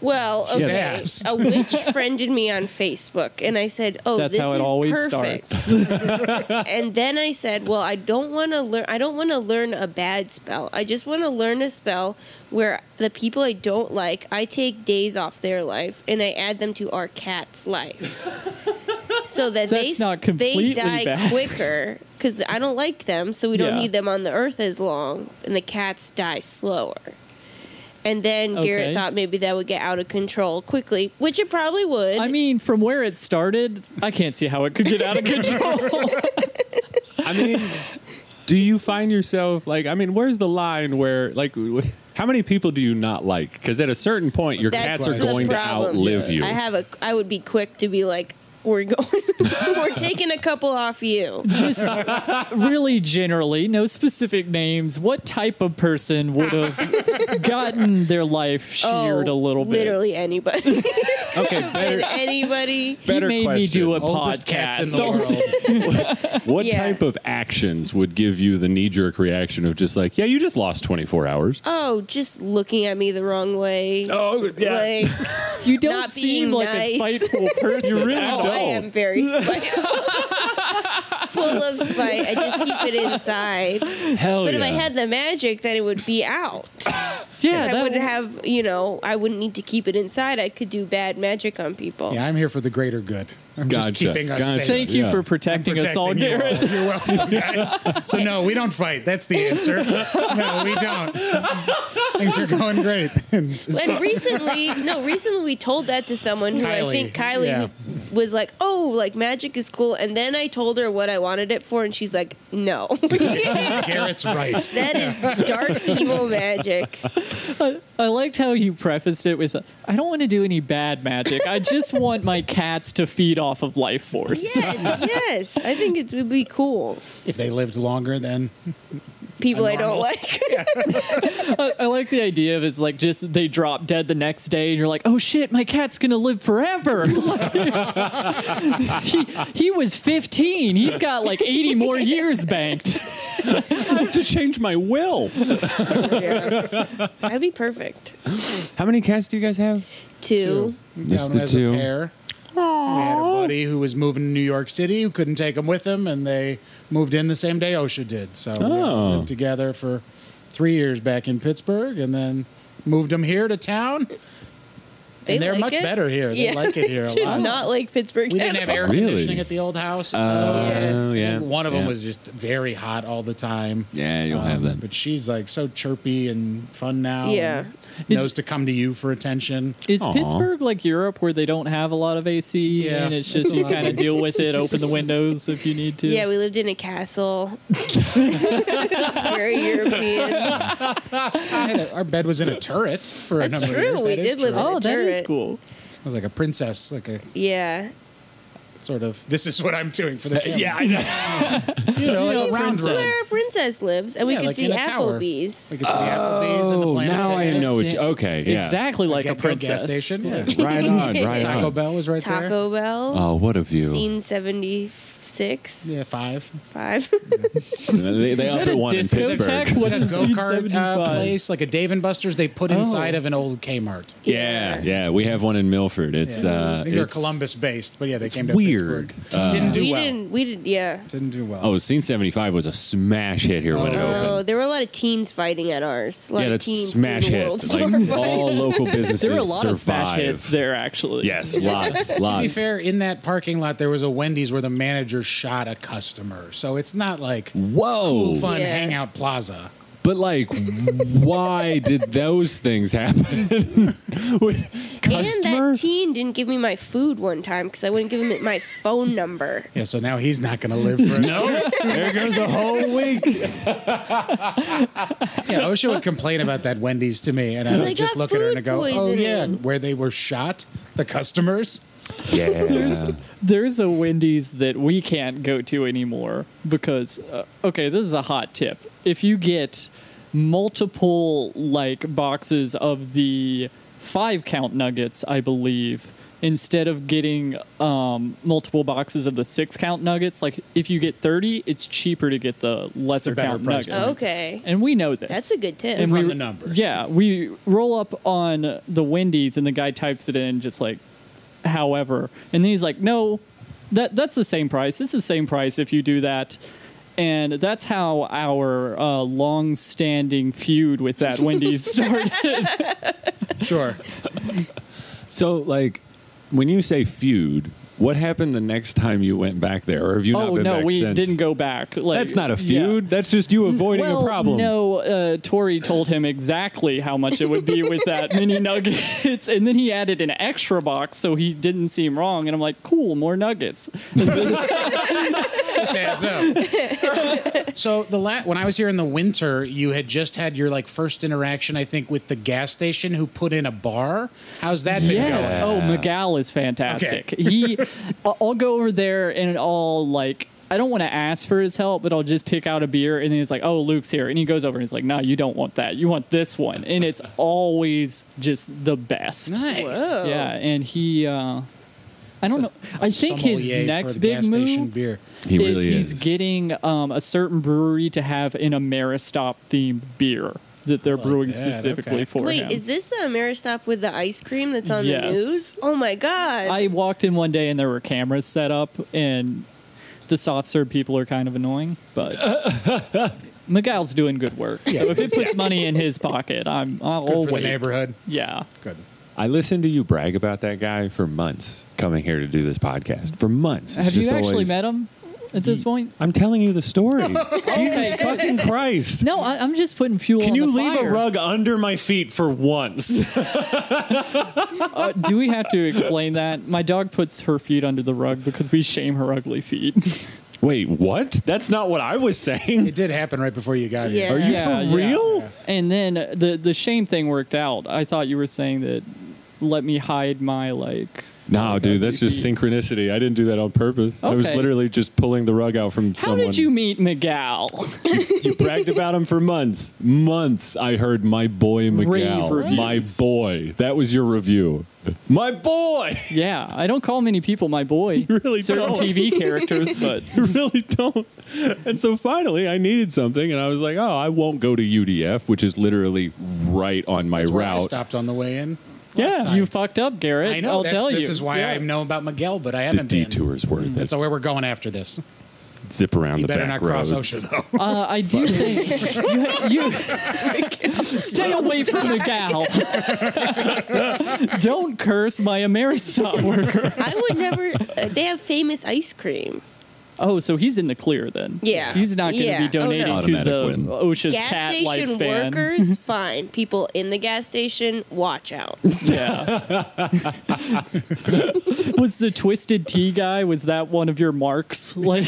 D: Well, okay.
C: asked.
D: A witch friended me on Facebook, and I said, "Oh,
B: That's
D: this
B: how it
D: is
B: always
D: perfect."
B: starts.
D: and then I said, "Well, I don't want to learn. I don't want to learn a bad spell. I just want to learn a spell where the people I don't like, I take days off their life and I add them to our cat's life, so that they
B: That's
D: s-
B: not
D: they
B: completely
D: die
B: bad.
D: quicker because I don't like them, so we don't
B: Yeah.
D: need them on the earth as long, and the cats die slower." And then Garrett
B: Okay.
D: thought maybe that would get out of control quickly, which it probably would.
B: I mean, from where it started, I can't see how it could get out of control.
A: I mean, do you find yourself like? I mean, where's the line where like? w- How many people do you not like? Because at a certain point, your
D: That's
A: cats are
D: the
A: going to
D: problem.
A: outlive you.
D: I have a. I would be quick to be like, we're going, we're taking a couple off you.
B: Just really generally, no specific names. What type of person would have gotten their life sheared a little bit?
D: Oh, Literally anybody.
A: Okay,
D: And
A: better,
D: anybody.
B: He
A: better
B: made
A: question.
B: me do a
C: Oldest cats in
B: podcast.
C: the world.
A: What
D: Yeah.
A: type of actions would give you the knee jerk reaction of just like, yeah, you just lost 24 hours?
D: Oh, just looking at me the wrong way.
A: Oh,
D: Like,
B: You don't
D: Not
B: seem
D: being
B: like a
D: nice.
B: spiteful person.
A: You really
B: at
D: oh,
B: all.
D: I am very spiteful. Full of spite. I just keep it inside.
A: Hell
D: But
A: yeah.
D: if I had the magic, then it would be out.
B: Yeah,
D: I
B: that
D: would
B: w-
D: have, you know, I wouldn't need to keep it inside. I could do bad magic on people.
C: Yeah, I'm here for the greater good. I'm just
A: Gotcha,
C: keeping us
A: gotcha.
C: safe.
B: Thank you
A: Yeah.
B: for protecting, us all,
C: you
B: Garrett.
C: all. You're welcome, guys. So no, we don't fight. That's the answer. No, we don't. Things are going great. And
D: And recently, no, recently we told that to someone who I
C: Kylie,
D: think Kylie
C: yeah.
D: was like, "Oh, like magic is cool." And then I told her what I wanted it for, and she's like, "No, that
C: Garrett's right.
D: is dark evil magic."
B: I liked how you prefaced it with, "I don't want to do any bad magic. I just want my cats to feed off of life force."
D: Yes, yes, I think it would be cool.
C: If they lived longer, then
D: People I
C: Normal.
D: don't like.
B: I, I like the idea of it's like just they drop dead the next day, and you're like, "Oh shit, my cat's gonna live forever." Like, he he was 15. He's got like 80 more years banked.
A: I have to change my will.
D: Yeah. That'd be perfect.
A: How many cats do you guys have?
D: Two.
A: Just
C: down
A: the
C: as
A: two.
C: a pair. We had a buddy who was moving to New York City who couldn't take them with him, and they moved in the same day OSHA did. So we
A: Oh.
C: lived together for three years back in Pittsburgh, and then moved them here to town.
D: They
C: and they're
D: like
C: much
D: it.
C: better here. They
D: Yeah.
C: like it here a
D: Do
C: lot.
D: not like Pittsburgh.
C: We didn't have air
A: Really?
C: conditioning at the old house. so
A: Oh, yeah.
C: One of them
A: Yeah.
C: was just very hot all the time. Um,
A: Yeah, you'll have that.
C: But she's like so chirpy and fun now.
D: Yeah.
C: and
B: It's-
C: knows to come to you for attention.
B: Is
A: Aw.
B: Pittsburgh like Europe where they don't have a lot of AC
C: Yeah,
B: and it's
C: it's
B: just
C: a
B: you
C: lot of
B: kind of
C: AC.
B: deal with it, open the windows if you need to?
D: Yeah, we lived in a castle. it's very European.
C: I had a- our bed was in a turret for a
D: Ah. That's
C: number
D: true,
C: of years.
D: we
C: That is
D: did live
C: true.
D: in-
B: oh, that is
D: Turret.
B: cool.
C: I was like a princess, like a
D: Yeah.
C: sort of. This is what I'm doing for the camera.
A: Yeah, I know.
C: you know, like a round
D: That's where a
C: room.
D: princess lives, and we
C: Yeah,
D: could
C: like
D: see
C: in a tower.
D: Applebee's.
C: Like it's the Applebee's and the
A: Oh,
C: Planet
A: now I
C: Fitness.
A: know. What you, okay, yeah.
B: Exactly like a
C: Get-Go gas
B: princess.
C: station. Yeah.
A: Right on, right
C: Taco
A: on.
C: Bell was right there.
D: Taco Bell,
A: Oh, what a view.
D: scene seventy six,
C: Yeah, five.
D: five.
A: They, they
B: Is
A: up at
B: that a
A: one in
B: discotheque?
A: Pittsburgh.
B: What
C: a
B: is
C: go kart uh,
B: 75?
C: place, like a Dave and Buster's, they
A: Oh.
C: put inside of an old Kmart.
A: Yeah, yeah. We have one in Milford. It's uh,
C: I think they're
A: it's-
C: Columbus based, but yeah, they came to
A: weird. uh,
C: Pittsburgh. didn't do
D: we
C: well.
D: didn't. We did. Yeah.
C: Didn't do well.
A: Oh, Scene 75 was a smash hit here when it opened.
D: Oh, there were a lot of teens fighting at ours. A lot
A: yeah,
D: of
A: that's
D: teens
A: smash
D: doing
A: hit.
D: the world
A: Like
D: tour.
A: all local businesses
B: There were a lot
A: survive.
B: of smash hits there, actually.
A: Yes, lots,
C: to be
A: lots.
C: fair, in that parking lot there was a Wendy's where the manager shot a customer, so it's not like
A: Whoa!
C: cool, fun
D: Yeah.
C: hangout plaza.
A: But like, why did those things happen? Would- Customer?
D: And that teen didn't give me my food one time because I wouldn't give him my phone number.
C: Yeah, so now he's not going to live for no.
A: there goes a whole week.
C: Yeah, OSHA would complain about that Wendy's to me, and I
D: They
C: would just
D: got
C: look at her
D: food
C: and go, "Oh yeah,
D: poisoning."
C: where they were shot, the customers."
A: Yeah.
B: There's, there's a Wendy's that we can't go to anymore because, uh, okay, this is a hot tip. If you get multiple, like, boxes of the five count nuggets, I believe, instead of getting um, multiple boxes of the six count nuggets, like, if you get 30, it's cheaper to get the lesser
C: better
B: count
C: price
B: nuggets.
C: point.
D: Okay.
B: And we know this.
D: That's a good tip.
B: And
C: From
B: we-
C: the numbers.
B: Yeah, we roll up on the Wendy's and the guy types it in just like, however, and then he's like, no, that that's the same price. It's the same price if you do that. And that's how our uh, long-standing feud with that Wendy's started.
C: Sure,
A: So like, when you say feud, what happened the next time you went back there, or have you not
B: oh
A: been
B: no,
A: back
B: we
A: since?
B: didn't go back. Like,
A: That's not a
B: yeah.
A: feud. That's just you avoiding
B: Well,
A: a problem.
B: no, uh, Tori told him exactly how much it would be with that mini nuggets, and then he added an extra box so he didn't seem wrong. And I'm like, cool, more nuggets. And then,
C: Stands up. So the la- when I was here in the winter, you had just had your like first interaction, I think, with the gas station who put in a bar. How's that been
B: Yes.
C: going?
B: Oh, Magal is fantastic. He, I'll I'll go over there and I'll like. I don't want to ask for his help, but I'll just pick out a beer, and then he's like, "Oh, Luke's here," and he goes over and he's like, "No, you don't want that. You want this one." And it's always just the best.
C: Nice.
D: Whoa.
B: Yeah, and he. Uh, I don't know. I think his
C: Sommelier for
B: next
C: the
B: big
C: gas station
B: move
C: beer.
A: He
B: is
A: really
B: he's
A: is.
B: getting um, a certain brewery to have an Ameristop themed beer that they're brewing
C: that,
B: specifically
C: okay.
B: for
D: Wait,
B: him.
D: is this the Ameristop with the ice cream that's on the
B: Yes.
D: news? Oh my god!
B: I walked in one day and there were cameras set up, and the soft serve people are kind of annoying, but. Miguel's doing good work, so if it puts money in his pocket, I'm I'll
C: Good for
B: wait.
C: the neighborhood.
B: Yeah,
C: Good.
A: I listened to you brag about that guy for months coming here to do this podcast. For months. It's
B: have you
A: just
B: actually
A: always-
B: met him at this point?
A: I'm telling you the story. Jesus fucking Christ.
B: No, I, I'm just putting fuel.
A: Can
B: on
A: you
B: the
A: leave a
B: fire.
A: rug under my feet for once?
B: Uh, do we have to explain that? My dog puts her feet under the rug because we shame her ugly feet.
A: Wait, what? That's not what I was saying.
C: It did happen right before you got here.
D: Yeah.
A: Are you
B: Yeah,
A: for
B: yeah.
A: real?
B: and then uh, the the shame thing worked out. I thought you were saying that let me hide my like.
A: No, dude, that's
B: ugly
A: just
B: feet.
A: synchronicity. I didn't do that on purpose. I was
B: Okay.
A: literally just pulling the rug out from
B: How
A: someone.
B: did you meet Miguel?
A: You bragged about him for months. Months I heard my boy Miguel.
B: reviews.
A: My boy. That was your review. My boy.
B: yeah, I don't call many people my boy.
A: You really
B: Certain
A: don't.
B: TV characters, but
A: You really don't. And so finally I needed something and I was like, "Oh, I won't go to UDF, which is literally right on my
C: That's where I
A: route."
C: stopped on the way in.
A: yeah.
B: you fucked up, Garrett.
C: I know.
B: I'll
C: that's-
B: tell you.
C: This is why
B: Yeah.
C: I know about Miguel, but I
A: The
C: haven't been.
A: detour's worth it.
C: So where we're going after this.
A: Zip around
C: You
A: the
C: better
A: back
C: not cross
A: roads.
C: OSHA though.
B: Uh, I do think you, you stay away from the gal. Don't curse my Ameristop worker.
D: I would never. Uh, they have famous ice cream.
B: Oh, so he's in the clear then.
D: Yeah.
B: he's not going to
D: Yeah.
B: be donating
D: Oh, no.
B: to the
A: Automatic win.
B: OSHA's
D: gas
B: cat
D: station
B: lifespan.
D: workers, fine. People in the gas station, watch out.
B: Yeah. was the twisted tea guy? Was that one of your marks? Like,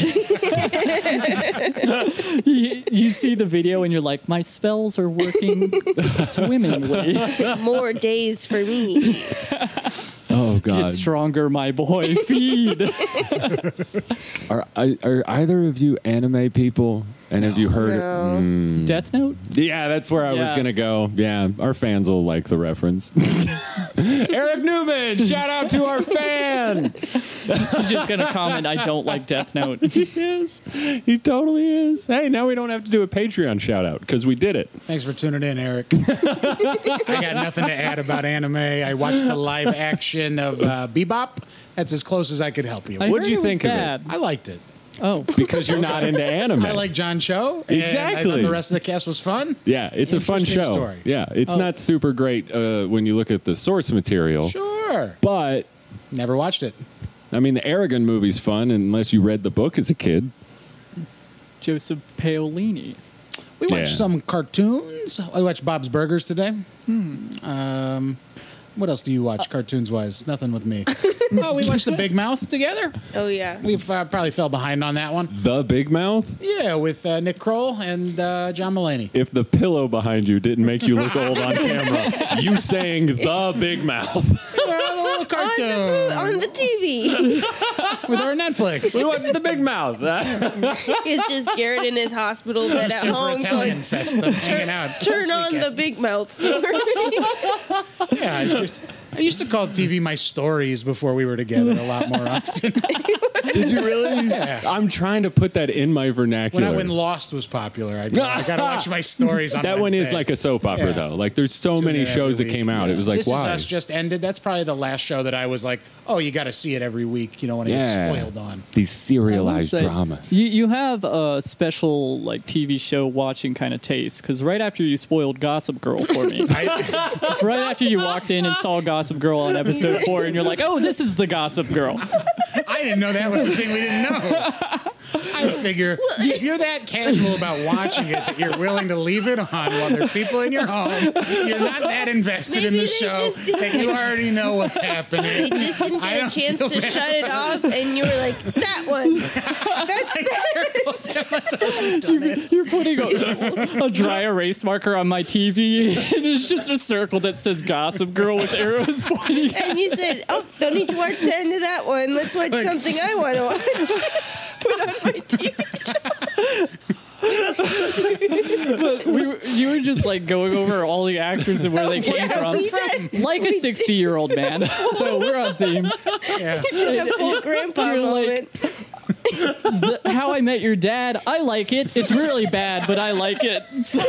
B: you, you see the video and you're like, my spells are working swimmingly.
A: Uh,
D: More days for me.
A: Oh
B: Get
A: god.
B: stronger, my boy. Feed.
A: Are, are either of you anime people? And have you heard
B: Mm.
D: No.
A: Hmm.
B: Death Note.
A: Yeah, that's where I was
B: Yeah.
A: gonna go. Yeah, our fans will like the reference. Eric Newman, shout out to our fan.
B: He's just gonna comment. I don't like Death Note.
A: he is. He totally is. Hey, now we don't have to do a Patreon shout out because we did it.
C: Thanks for tuning in, Eric. I got nothing to add about anime. I watched the live action of uh, Bebop. That's as close as I could help you.
B: I
C: I,
A: What'd
B: heard
A: you
B: was
A: think of it?
B: bad.
C: liked it.
B: Oh,
A: Because you're not into anime.
C: I like John Cho. and I
A: Exactly.
C: thought the rest of the cast was fun.
A: yeah, it's a fun
C: Interesting
A: show.
C: story. Oh.
A: Yeah, it's not super great uh, when you look at the source material,
C: Sure.
A: but
C: Never watched it.
A: I mean, the Aragon movie's fun unless you read the book as a kid.
B: Joseph Paolini.
C: We watched
A: Yeah.
C: some cartoons. I watched Bob's Burgers today.
D: Hmm.
C: Um, what else do you
D: Uh,
C: watch cartoons wise? Nothing with me. oh, we watched The Big Mouth together.
D: Oh yeah.
C: We've uh, probably fell behind on that one.
A: The Big Mouth.
C: Yeah, with uh, Nick Kroll and uh, John Mulaney.
A: if the pillow behind you didn't make you look old on camera, you sang the big mouth.
C: They're a little
D: On the,
C: cartoon
D: mo- on the TV,
C: with our Netflix.
A: We watched the big mouth.
D: it's just Garrett in his hospital bed at
C: Super
D: home.
C: Italian
D: Going,
C: fest. That's hanging out.
D: Turn
C: this
D: on the
C: weekend.
D: big mouth. for me."
C: Yeah, I, just, I used to call TV my stories before we were together a lot more often.
A: Did you really?
C: Yeah.
A: I'm trying to put that in my
C: When,
A: vernacular.
C: I, when Lost was popular, I, I got to watch my stories on
A: that one is
C: Wednesdays.
A: like a soap opera,
C: Yeah.
A: though. Like, there's so
C: Tune
A: many
C: in every
A: shows that
C: week.
A: came out. It was like,
C: this
A: why?
C: is us just ended. That's probably the last show that I was like, oh, you got to see it every week. You don't want to
A: yeah.
C: get spoiled on.
A: These
B: I will
A: serialized
B: say,
A: dramas.
B: You you have a special like TV show watching kind of taste because right after you spoiled Gossip Girl for me,
C: I,
B: right after you walked in and saw Gossip Girl on episode four, and you're like, oh, this is the Gossip Girl.
C: I didn't know that was the thing we didn't know. I figure if you're that casual about watching it that you're willing to leave it on while there's people in your home, you're not that invested in
D: Maybe
C: the
D: they
C: show
D: just didn't-
C: that you already know what's happening.
D: You just didn't
C: I
D: get a
C: don't
D: chance
C: feel
D: to
C: bad.
D: shut it off, and you were like, that one.
C: I circled it myself.
B: You're putting a, a dry erase marker on my TV, and it's just a circle that says Gossip Girl with arrows pointing. at
D: And you said, oh, don't need to watch the end of that one. Let's watch something I want to watch. Put on my TV.
B: We were, you were just like going over all the actors and where they came from.
D: we did.
B: Like a 60 year old man. So we're on theme.
C: Yeah.
D: did a full grandpa
B: You're like-
D: moment.
B: The- How I Met Your Dad, I like it. It's really bad, but I like it. So,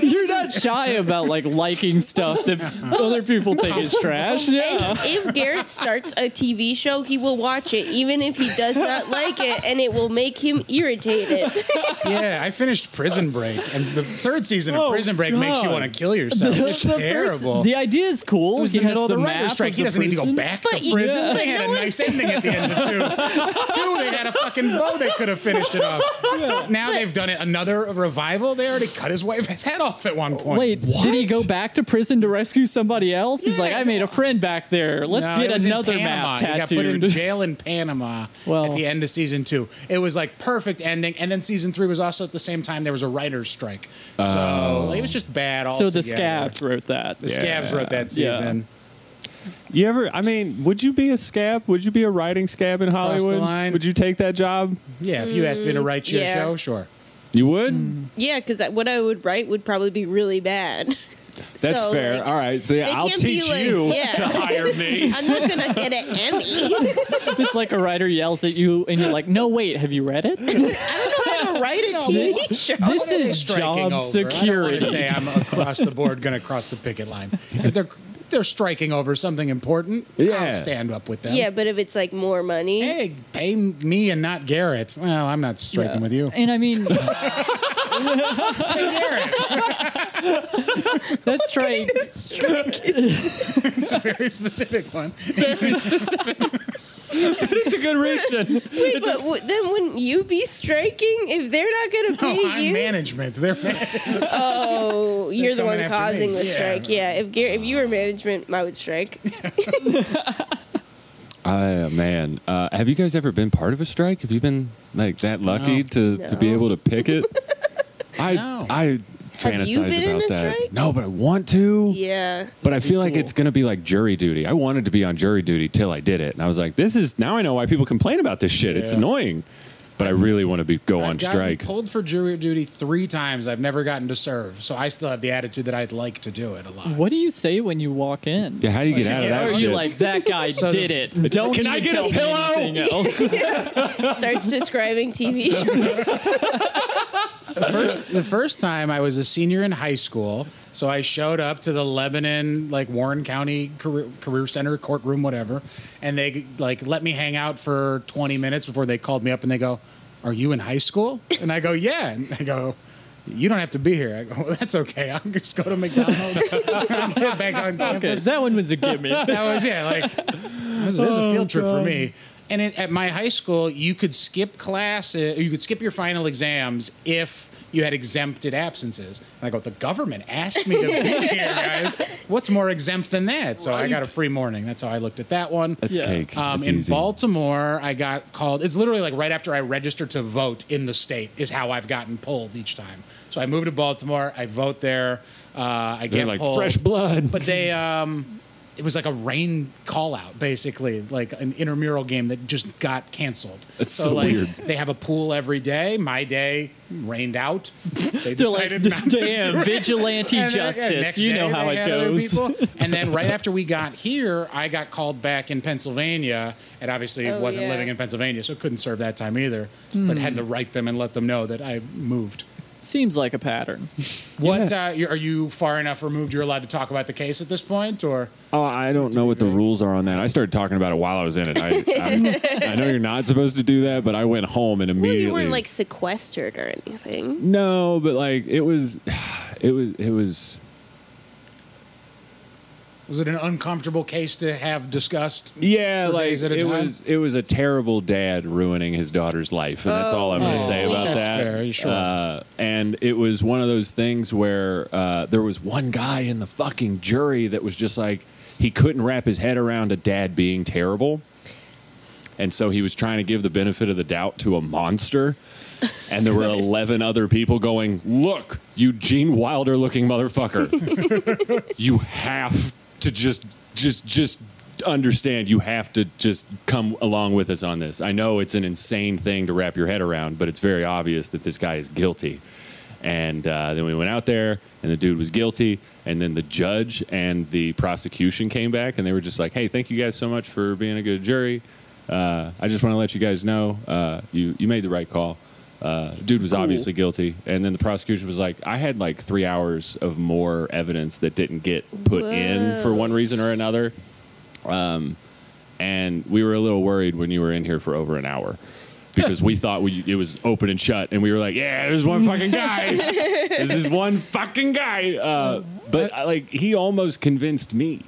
B: you're not shy about like liking stuff that other people think is trash. Yeah.
D: And if Garrett starts a TV show, he will watch it, even if he does not like it, and it will make him irritated.
C: Yeah, I finished Prison Break, and the third season
A: Oh,
C: of Prison Break makes you
A: God.
C: want to kill yourself. It's
B: The first-
C: terrible.
B: the idea is cool.
C: it was
B: he
C: the
B: has
C: middle of the,
B: map
C: writer's strike.
B: of
C: He
B: the
C: doesn't need to go
B: prison.
C: back
D: But
C: to
D: you-
C: prison.
D: yeah.
C: They
D: but
C: had
D: no
C: a
D: one-
C: nice ending at the end of two. two, they got a fucking bow they could have finished it off. Now they've done it another revival. They already cut his wife's head off at one point.
B: Wait, did he go back to prison to rescue somebody else? He's like,
C: Yeah.
B: I made a friend back there. Let's
C: No, it
B: get
C: was in
B: another
C: Panama.
B: map
C: He got put in
B: tattooed.
C: jail in Panama
B: Well-
C: at the end of season two. It was like perfect ending, and then season three was also at the same time there was a writer's strike, so like, it was just bad.
B: Oh. So
C: Altogether.
B: the scabs wrote that.
C: the scabs
A: Yeah.
C: wrote that
B: Yeah.
C: season.
A: You ever? I mean, would you be a scab? Would you be a writing scab in
C: the
A: Hollywood?
C: line.
A: Would you take that job?
C: Yeah, if you asked me to write your
D: Mm, yeah.
C: show, sure.
A: You would.
C: Mm.
D: Yeah, because what I would write would probably be really bad.
A: That's
D: So,
A: fair.
D: like,
A: All right. So yeah,
D: they
A: I'll
D: can't be
A: teach
D: like-
A: you
D: yeah.
A: to hire me.
D: I'm not gonna get an Emmy. I
B: It's like a writer yells at you, and you're like, "No, wait, have you read it?
D: don't know how to write a TV show.
B: This
C: What are they
B: is
C: striking
B: job
C: over? I don't want
B: security."
C: to say I'm across the board going to cross the picket line. If they're they're striking over something important,
A: Yeah.
C: I'll stand up with them.
D: Yeah, but if it's like more money,
C: Hey, pay me and not Garrett. Well, I'm not striking with you.
B: And I mean,
C: Garrett.
B: that's right.
C: It's a very specific one.
A: it's a good reason.
D: wait, but w- then wouldn't you be striking if they're not gonna
C: No,
D: pay
C: Oh, I'm
D: you?
C: management. They're man-
D: oh, you're the
C: coming
D: one
C: after
D: causing
C: me.
D: the
C: Yeah.
D: strike. Yeah, if Gar- if you were management, I would strike.
A: Ah man, uh, have you guys ever been part of a strike? Have you been like that lucky
C: No.
A: to, to be
D: No.
A: able to pick it? I
C: No.
A: I
D: Have
A: fantasize
D: you been in
A: about
D: a
A: that.
D: strike?
A: No, but I want to.
D: Yeah.
A: But I feel like
B: cool.
A: it's gonna be like jury duty. I wanted to be on jury duty till I did it, and I was like, "This is now I know why people complain about this shit. It's
C: Yeah.
A: annoying." But I really want to be go on
C: I've gotten
A: strike.
C: Pulled for jury duty three times. I've never gotten to serve, so I still have the attitude that I'd like to do it a lot.
B: What do you say when you walk in?
A: Yeah, how do you get out of
B: Are
A: that
B: you
A: shit?
B: like that guy
C: So
B: did
C: the-
B: it? Don't
A: Can
B: even
A: I get a
B: tell me
A: pillow?"
B: anything else.
D: Starts describing TV shows.
C: first, the first time I was a senior in high school, so I showed up to the Lebanon, like Warren County Career, career Center, courtroom, whatever, and they like let me hang out for 20 minutes before they called me up and they go, "Are you in high school?" And I go, "Yeah," and they go. You don't have to be here. I go, well, that's okay. I'll just go to McDonald's and get back on
B: Okay,
C: campus.
B: that one was a gimme.
C: That was yeah, like this, this is a field trip for me. And it, at my high school, you could skip class, uh, you could skip your final exams if you had exempted absences. And I go, the government asked me to be here, guys. What's more exempt than that? So I got a free morning. That's how I looked at that one.
A: That's
B: Yeah.
A: cake.
C: Um,
A: That's
C: in
A: easy.
C: Baltimore, I got called. It's literally like right after I registered to vote in the state is how I've gotten pulled each time. So I moved to Baltimore. I vote there. Uh, I
A: They're
C: get
A: like
C: pulled.
A: fresh blood.
C: But they, um, it was like a rain call out, basically, like an intramural game that just got canceled.
A: That's so
C: like,
A: weird.
C: They have a pool every day. My day rained out. They
B: They're like,
C: decided not to do
B: damn,
C: it."
B: vigilante
C: And then, yeah,
B: justice.
C: next
B: You know
C: day
B: how
C: they
B: it
C: had other
B: goes.
C: people. And then right after we got here, I got called back in Pennsylvania, and obviously
D: Oh,
C: wasn't
D: yeah.
C: living in Pennsylvania, so couldn't serve that time either. But had to write them and let them know that I moved.
B: Seems like a pattern.
C: What uh, you- are you far enough removed? You're allowed to talk about the case at this point, or
A: Oh, I don't know what the rules are on that. I started talking about it while I was in it. I, I, I know you're not supposed to do that, but I went home and
D: Well,
A: immediately.
D: you weren't like sequestered or anything.
A: no, but like it was, it was, it was.
C: Was it an uncomfortable case to have discussed?
A: Yeah,
C: for
A: like
C: days at a
A: it
C: time?
A: was it was a terrible dad ruining his daughter's life, and that's all I'm going to
C: Oh.
A: say about
C: That's
A: that.
C: fair, sure.
A: Uh, and it was one of those things where uh, there was one guy in the fucking jury that was just like he couldn't wrap his head around a dad being terrible, and so he was trying to give the benefit of the doubt to a monster. And there were 11 other people going, Look, Eugene Wilder looking motherfucker you have to just just just understand you have to just come along with us on this i know it's an insane thing to wrap your head around but it's very obvious that this guy is guilty and uh, then we went out there and the dude was guilty and then the judge and the prosecution came back and they were just like hey thank you guys so much for being a good jury uh, i just want to let you guys know uh, you, you made the right call uh, dude was obviously guilty, and then the prosecution was like, "I had like three hours of more evidence that didn't get put in for
D: Whoa.
A: one reason or another." Um, and we were a little worried when you were in here for over an hour because we thought we, it was open and shut, and we were like, "Yeah, there's one fucking guy. this is one fucking guy." Uh, but uh, like, he almost convinced me.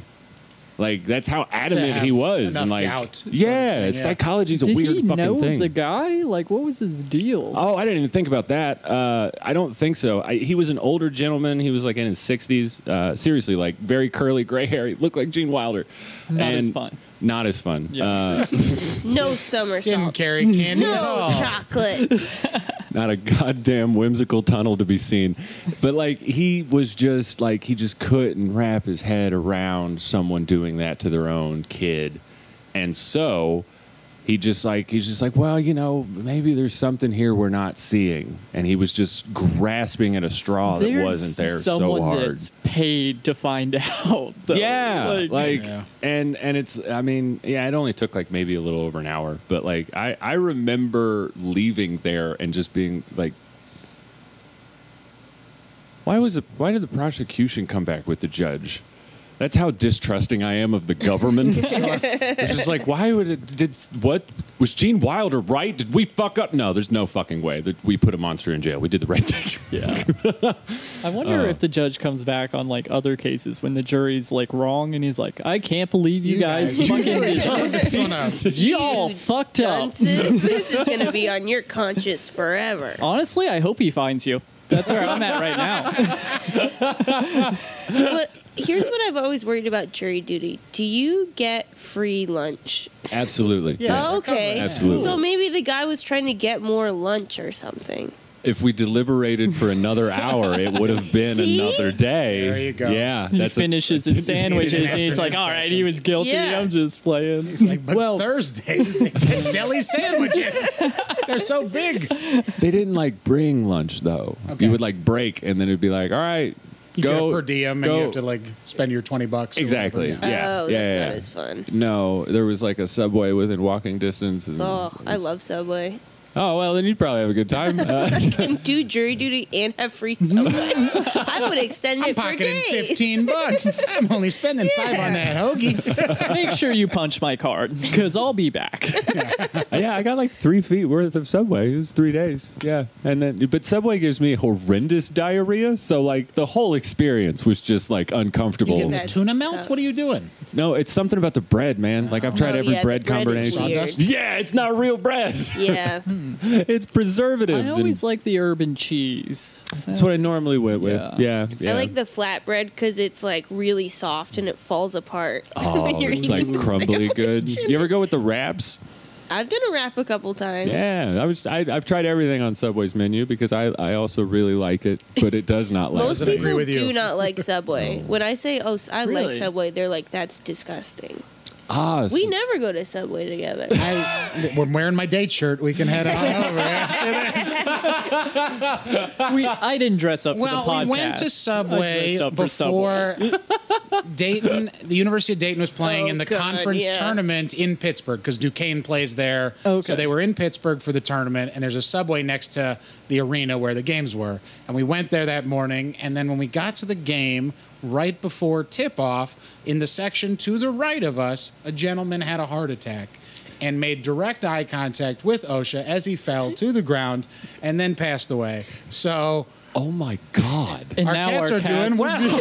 A: Like that's how adamant he
C: have
A: was, and
C: enough
A: like,
C: doubt, sort of
A: yeah,
C: thing, yeah.
A: psychology's a
B: Did
A: weird
B: he
A: fucking
B: know
A: thing.
B: the guy? Like, what was his deal?
A: Oh, I didn't even think about that. Uh, I don't think so. I, he was an older gentleman. He was like in his 60s. Uh, seriously, like very curly gray hair. He looked like Gene Wilder.
B: Not as fun.
A: Not as fun.
B: Yeah.
A: Uh,
D: No
C: Didn't
D: somersaults.
C: carry candy at
D: No
C: all.
D: chocolate.
A: not a goddamn whimsical tunnel to be seen. But like he was just like he just couldn't wrap his head around someone doing that to their own kid. And so he just like he's just like, well, you know, maybe there's something here we're not seeing. And he was just grasping at a straw that
B: There's
A: wasn't there
B: someone
A: so hard.
B: that's paid to find out. Though.
A: Yeah, like,
C: Yeah.
A: and and it's I mean yeah, it only took like maybe a little over an hour, but like I I remember leaving there and just being like, why was the why did the prosecution come back with the judge? That's how distrusting I am of the government. it's just like, why would it? Did what was Gene Wilder right? Did we fuck up? No, there's no fucking way that we put a monster in jail. We did the right thing.
B: yeah. I wonder if the judge comes back on like other cases when the jury's like wrong and he's like, I can't believe you,
C: You
B: guys,
C: guys-
B: fucking
C: you guys
B: did
C: fucked this one up."
B: this. y'all
D: You
B: fucked up.
D: dunces. this is going to be on your conscience forever.
B: Honestly, I hope he finds you. That's where I'm at right now.
D: But here's what I've always worried about jury duty. Do you get free lunch?
A: Absolutely.
D: Oh, okay.
A: Absolutely.
D: So maybe the guy was trying to get more lunch or something.
A: if we deliberated for another hour, it would have been
D: See?
A: another day.
C: There you go.
A: Yeah,
B: He finishes his sandwiches and it's like, all right, he was guilty.
D: Yeah.
B: I'm just playing.
C: It's like, but
A: Well-
C: Thursdays they get deli sandwiches. They're so big.
A: They didn't like bring lunch though.
C: Okay.
A: You would like break, and then it'd be like, all right,
C: You
A: go
C: get a per diem
A: go-
C: and you have to like spend your twenty bucks. or
A: exactly.
C: whatever.
A: Yeah.
D: oh,
A: yeah,
D: that's
A: yeah.
D: not as fun.
A: No, there was like a subway within walking distance. and
D: Oh, I
A: it's-
D: love Subway.
A: Oh well, then you'd probably have a good time. Uh,
D: Can do jury duty and have free Subway. I would extend
C: I'm
D: it for
C: pocketing
D: days.
C: fifteen bucks. I'm only spending five on that hoagie.
B: Make sure you punch my card because I'll be back.
A: yeah, I got like three feet worth of subway. It was three days. Yeah, and then but subway gives me horrendous diarrhea. So like the whole experience was just like uncomfortable.
C: You get the
D: That's
C: tuna melt?
D: tough.
C: What are you doing?
A: No, it's something about the bread, man. Like I've tried
D: Oh,
A: every
D: yeah, the
A: bread,
D: bread is
A: combination.
D: weird.
C: Sawdust?
A: Yeah, it's not real bread.
D: Yeah.
C: Hmm.
A: it's
B: I
A: preservatives. and
B: always like the urban cheese.
A: that's what I normally went with. Yeah.
B: Yeah.
A: yeah.
D: I like the flatbread because it's like really soft and it falls apart
A: Oh,
D: when you're
A: it's like
D: eating.
A: crumbly good. You ever go with the wraps?
D: I've done a wrap a couple times.
A: Yeah, I was. I, I've tried everything on Subway's menu because I, I also really like it, but it does not last.
D: Most
C: Doesn't agree
D: people
C: with you.
D: do not like Subway. When I say, "Oh, s- I like
B: Really?
D: Subway," they're like, "That's disgusting."
A: ah, s-
D: We never go to Subway together.
C: I, I'm wearing my date shirt. We can head on over.
B: we, I didn't dress up for the
C: Well,
B: podcast.
C: we went to Subway
B: dressed up for
C: before Dayton. The University of Dayton was playing
D: Oh,
C: in the
D: God,
C: conference
D: yeah.
C: tournament in Pittsburgh because Duquesne plays there.
B: Okay.
C: So they were in Pittsburgh for the tournament, and there's a Subway next to the arena where the games were. And we went there that morning, and then when we got to the game, right before tip off, in the section to the right of us, a gentleman had a heart attack. And made direct eye contact with OSHA as he fell to the ground and then passed away. So
A: oh my god!
B: And
C: our
B: now
C: cats
B: our
C: are doing
B: cats
C: well.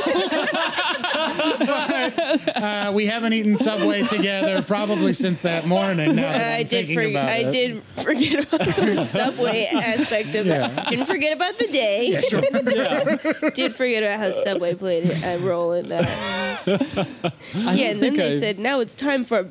C: but uh, we haven't eaten Subway together probably since that morning. Now that I'm
D: I did
C: thinking
D: forget.
C: about
D: I
C: it.
D: did forget about the subway aspect of
C: Yeah.
D: it. Didn't forget about the day.
C: Yeah, sure.
B: yeah.
D: Did forget about how Subway played a role in that.
B: I
D: yeah, and then
B: think
D: they
B: I-
D: said now it's time for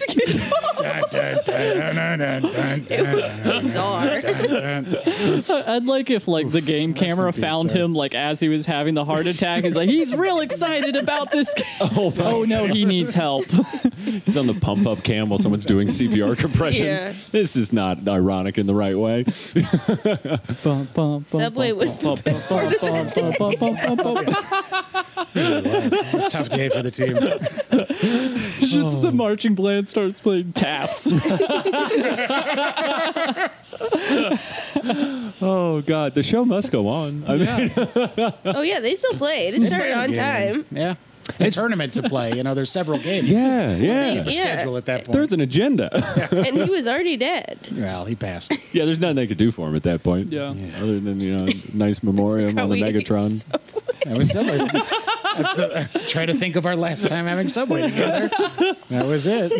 D: basketball.
C: Dun, dun, dun, dun, dun, dun,
D: it was
C: dun,
D: bizarre.
C: dun, dun.
B: I'd like if like the game
C: rest in
B: camera
C: peace,
B: found
C: sir.
B: him like as he was having the heart attack. He's like, he's real excited about this. Game. Oh, no, he needs help.
A: He's on the pump up cam while someone's doing CPR compressions.
D: Yeah.
A: This is not ironic in the right way.
B: Bum, bum, bum,
D: Subway
B: bum,
D: was the
B: bum, bum, bum, bum, bum, bum, bum, bum.
C: Tough day for the team.
B: Just the marching band starts playing taps.
A: Oh God, the show must go on. I mean,
D: Oh yeah, they still played. It started on time.
C: Yeah. A tournament to play. You know, there's several games.
A: yeah,
C: You have
A: yeah.
C: a
D: Yeah.
C: schedule at that point.
A: There's an agenda.
D: And he was already dead.
C: well, he passed.
A: yeah, there's nothing they could do for him at that point.
B: Yeah.
A: Other than you know, nice memoriam on the
D: We ate
A: Megatron.
C: That was Subway. That's the- I try to think of our last time having Subway together. That was it.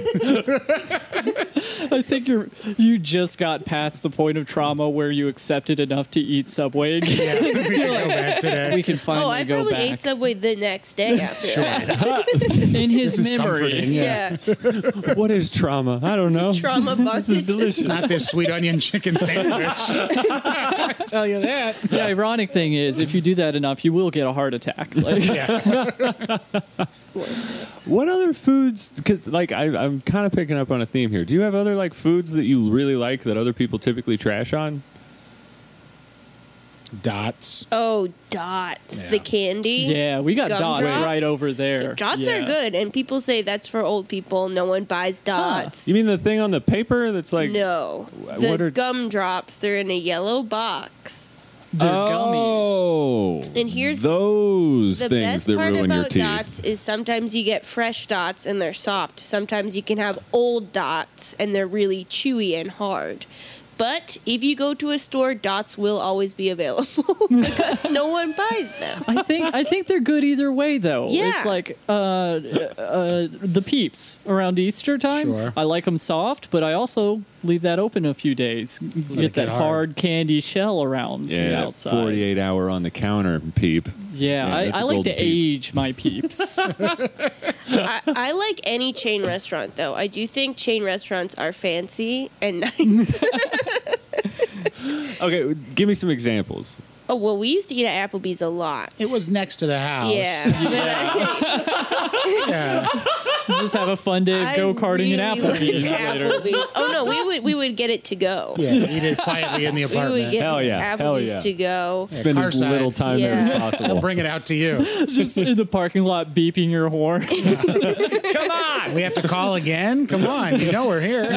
B: I think you're you just got past the point of trauma where you accepted enough to eat Subway. again.
C: Yeah,
B: we
C: we can go back today.
B: can finally
D: Oh, I
B: go
D: probably
B: back
D: ate Subway the next day after. that.
B: in his
C: This is comforting.
B: memory.
C: Yeah.
D: Yeah.
A: what is trauma? I don't know.
D: Trauma bondage.
A: This is delicious.
C: Not this sweet onion chicken sandwich. I tell you that.
B: The ironic thing is, if you do that enough, you will get a heart attack. Like,
C: Yeah.
A: What other foods? Because like I, I'm kind of picking up on a theme here. Do you have other like foods that you really like that other people typically trash on?
C: Dots.
D: Oh, dots.
C: Yeah.
D: The candy.
B: yeah, we got dots
D: Gumdrops?
B: right over there.
D: Dots
B: Yeah.
D: are good, and people say that's for old people. No one buys dots.
A: You mean the thing on the paper that's like
D: No.
A: Wh-
D: The
A: what are-
D: gumdrops, they're in a yellow box.
B: They're gummies.
A: oh,
D: And here's
A: those
D: The
A: things
D: best
A: that
D: part
A: ruin your
D: about
A: teeth.
D: dots is sometimes you get fresh dots and they're soft. Sometimes you can have old dots and they're really chewy and hard. But if you go to a store, dots will always be available because no one buys them.
B: I think I think they're good either way though.
D: Yeah.
B: It's like uh, uh, the peeps around Easter time.
C: Sure.
B: I like them soft, but I also leave that open a few days.
C: get
B: get that
C: hard.
B: hard. candy shell around the
A: Yeah,
B: outside.
A: 48 hour on the counter peep.
B: Yeah,
A: Yeah,
B: I,
A: that's
B: I
A: a
B: like to
A: golden peep.
B: age my peeps.
D: I, I like any chain restaurant though. I do think chain restaurants are fancy and nice.
A: Okay, give me some examples.
D: oh well, we used to eat at Applebee's a lot.
C: It was next to the house.
D: Yeah,
C: Yeah.
B: Just have a fun day of go karting in
D: really
B: Applebee's
D: liked
B: later.
D: Applebee's. Oh no, we would we would get it to go.
C: Yeah, Eat it quietly in the
D: We
C: apartment.
D: would get
A: Hell yeah,
D: Applebee's
A: hell yeah.
D: to go.
A: Spend
C: car
A: as
C: side.
A: little time there
D: Yeah.
A: as
C: They'll
A: possible.
C: bring it out to you.
B: Just in the parking lot beeping your horn.
A: Come on!
C: We have to call again. Come on, you know we're here.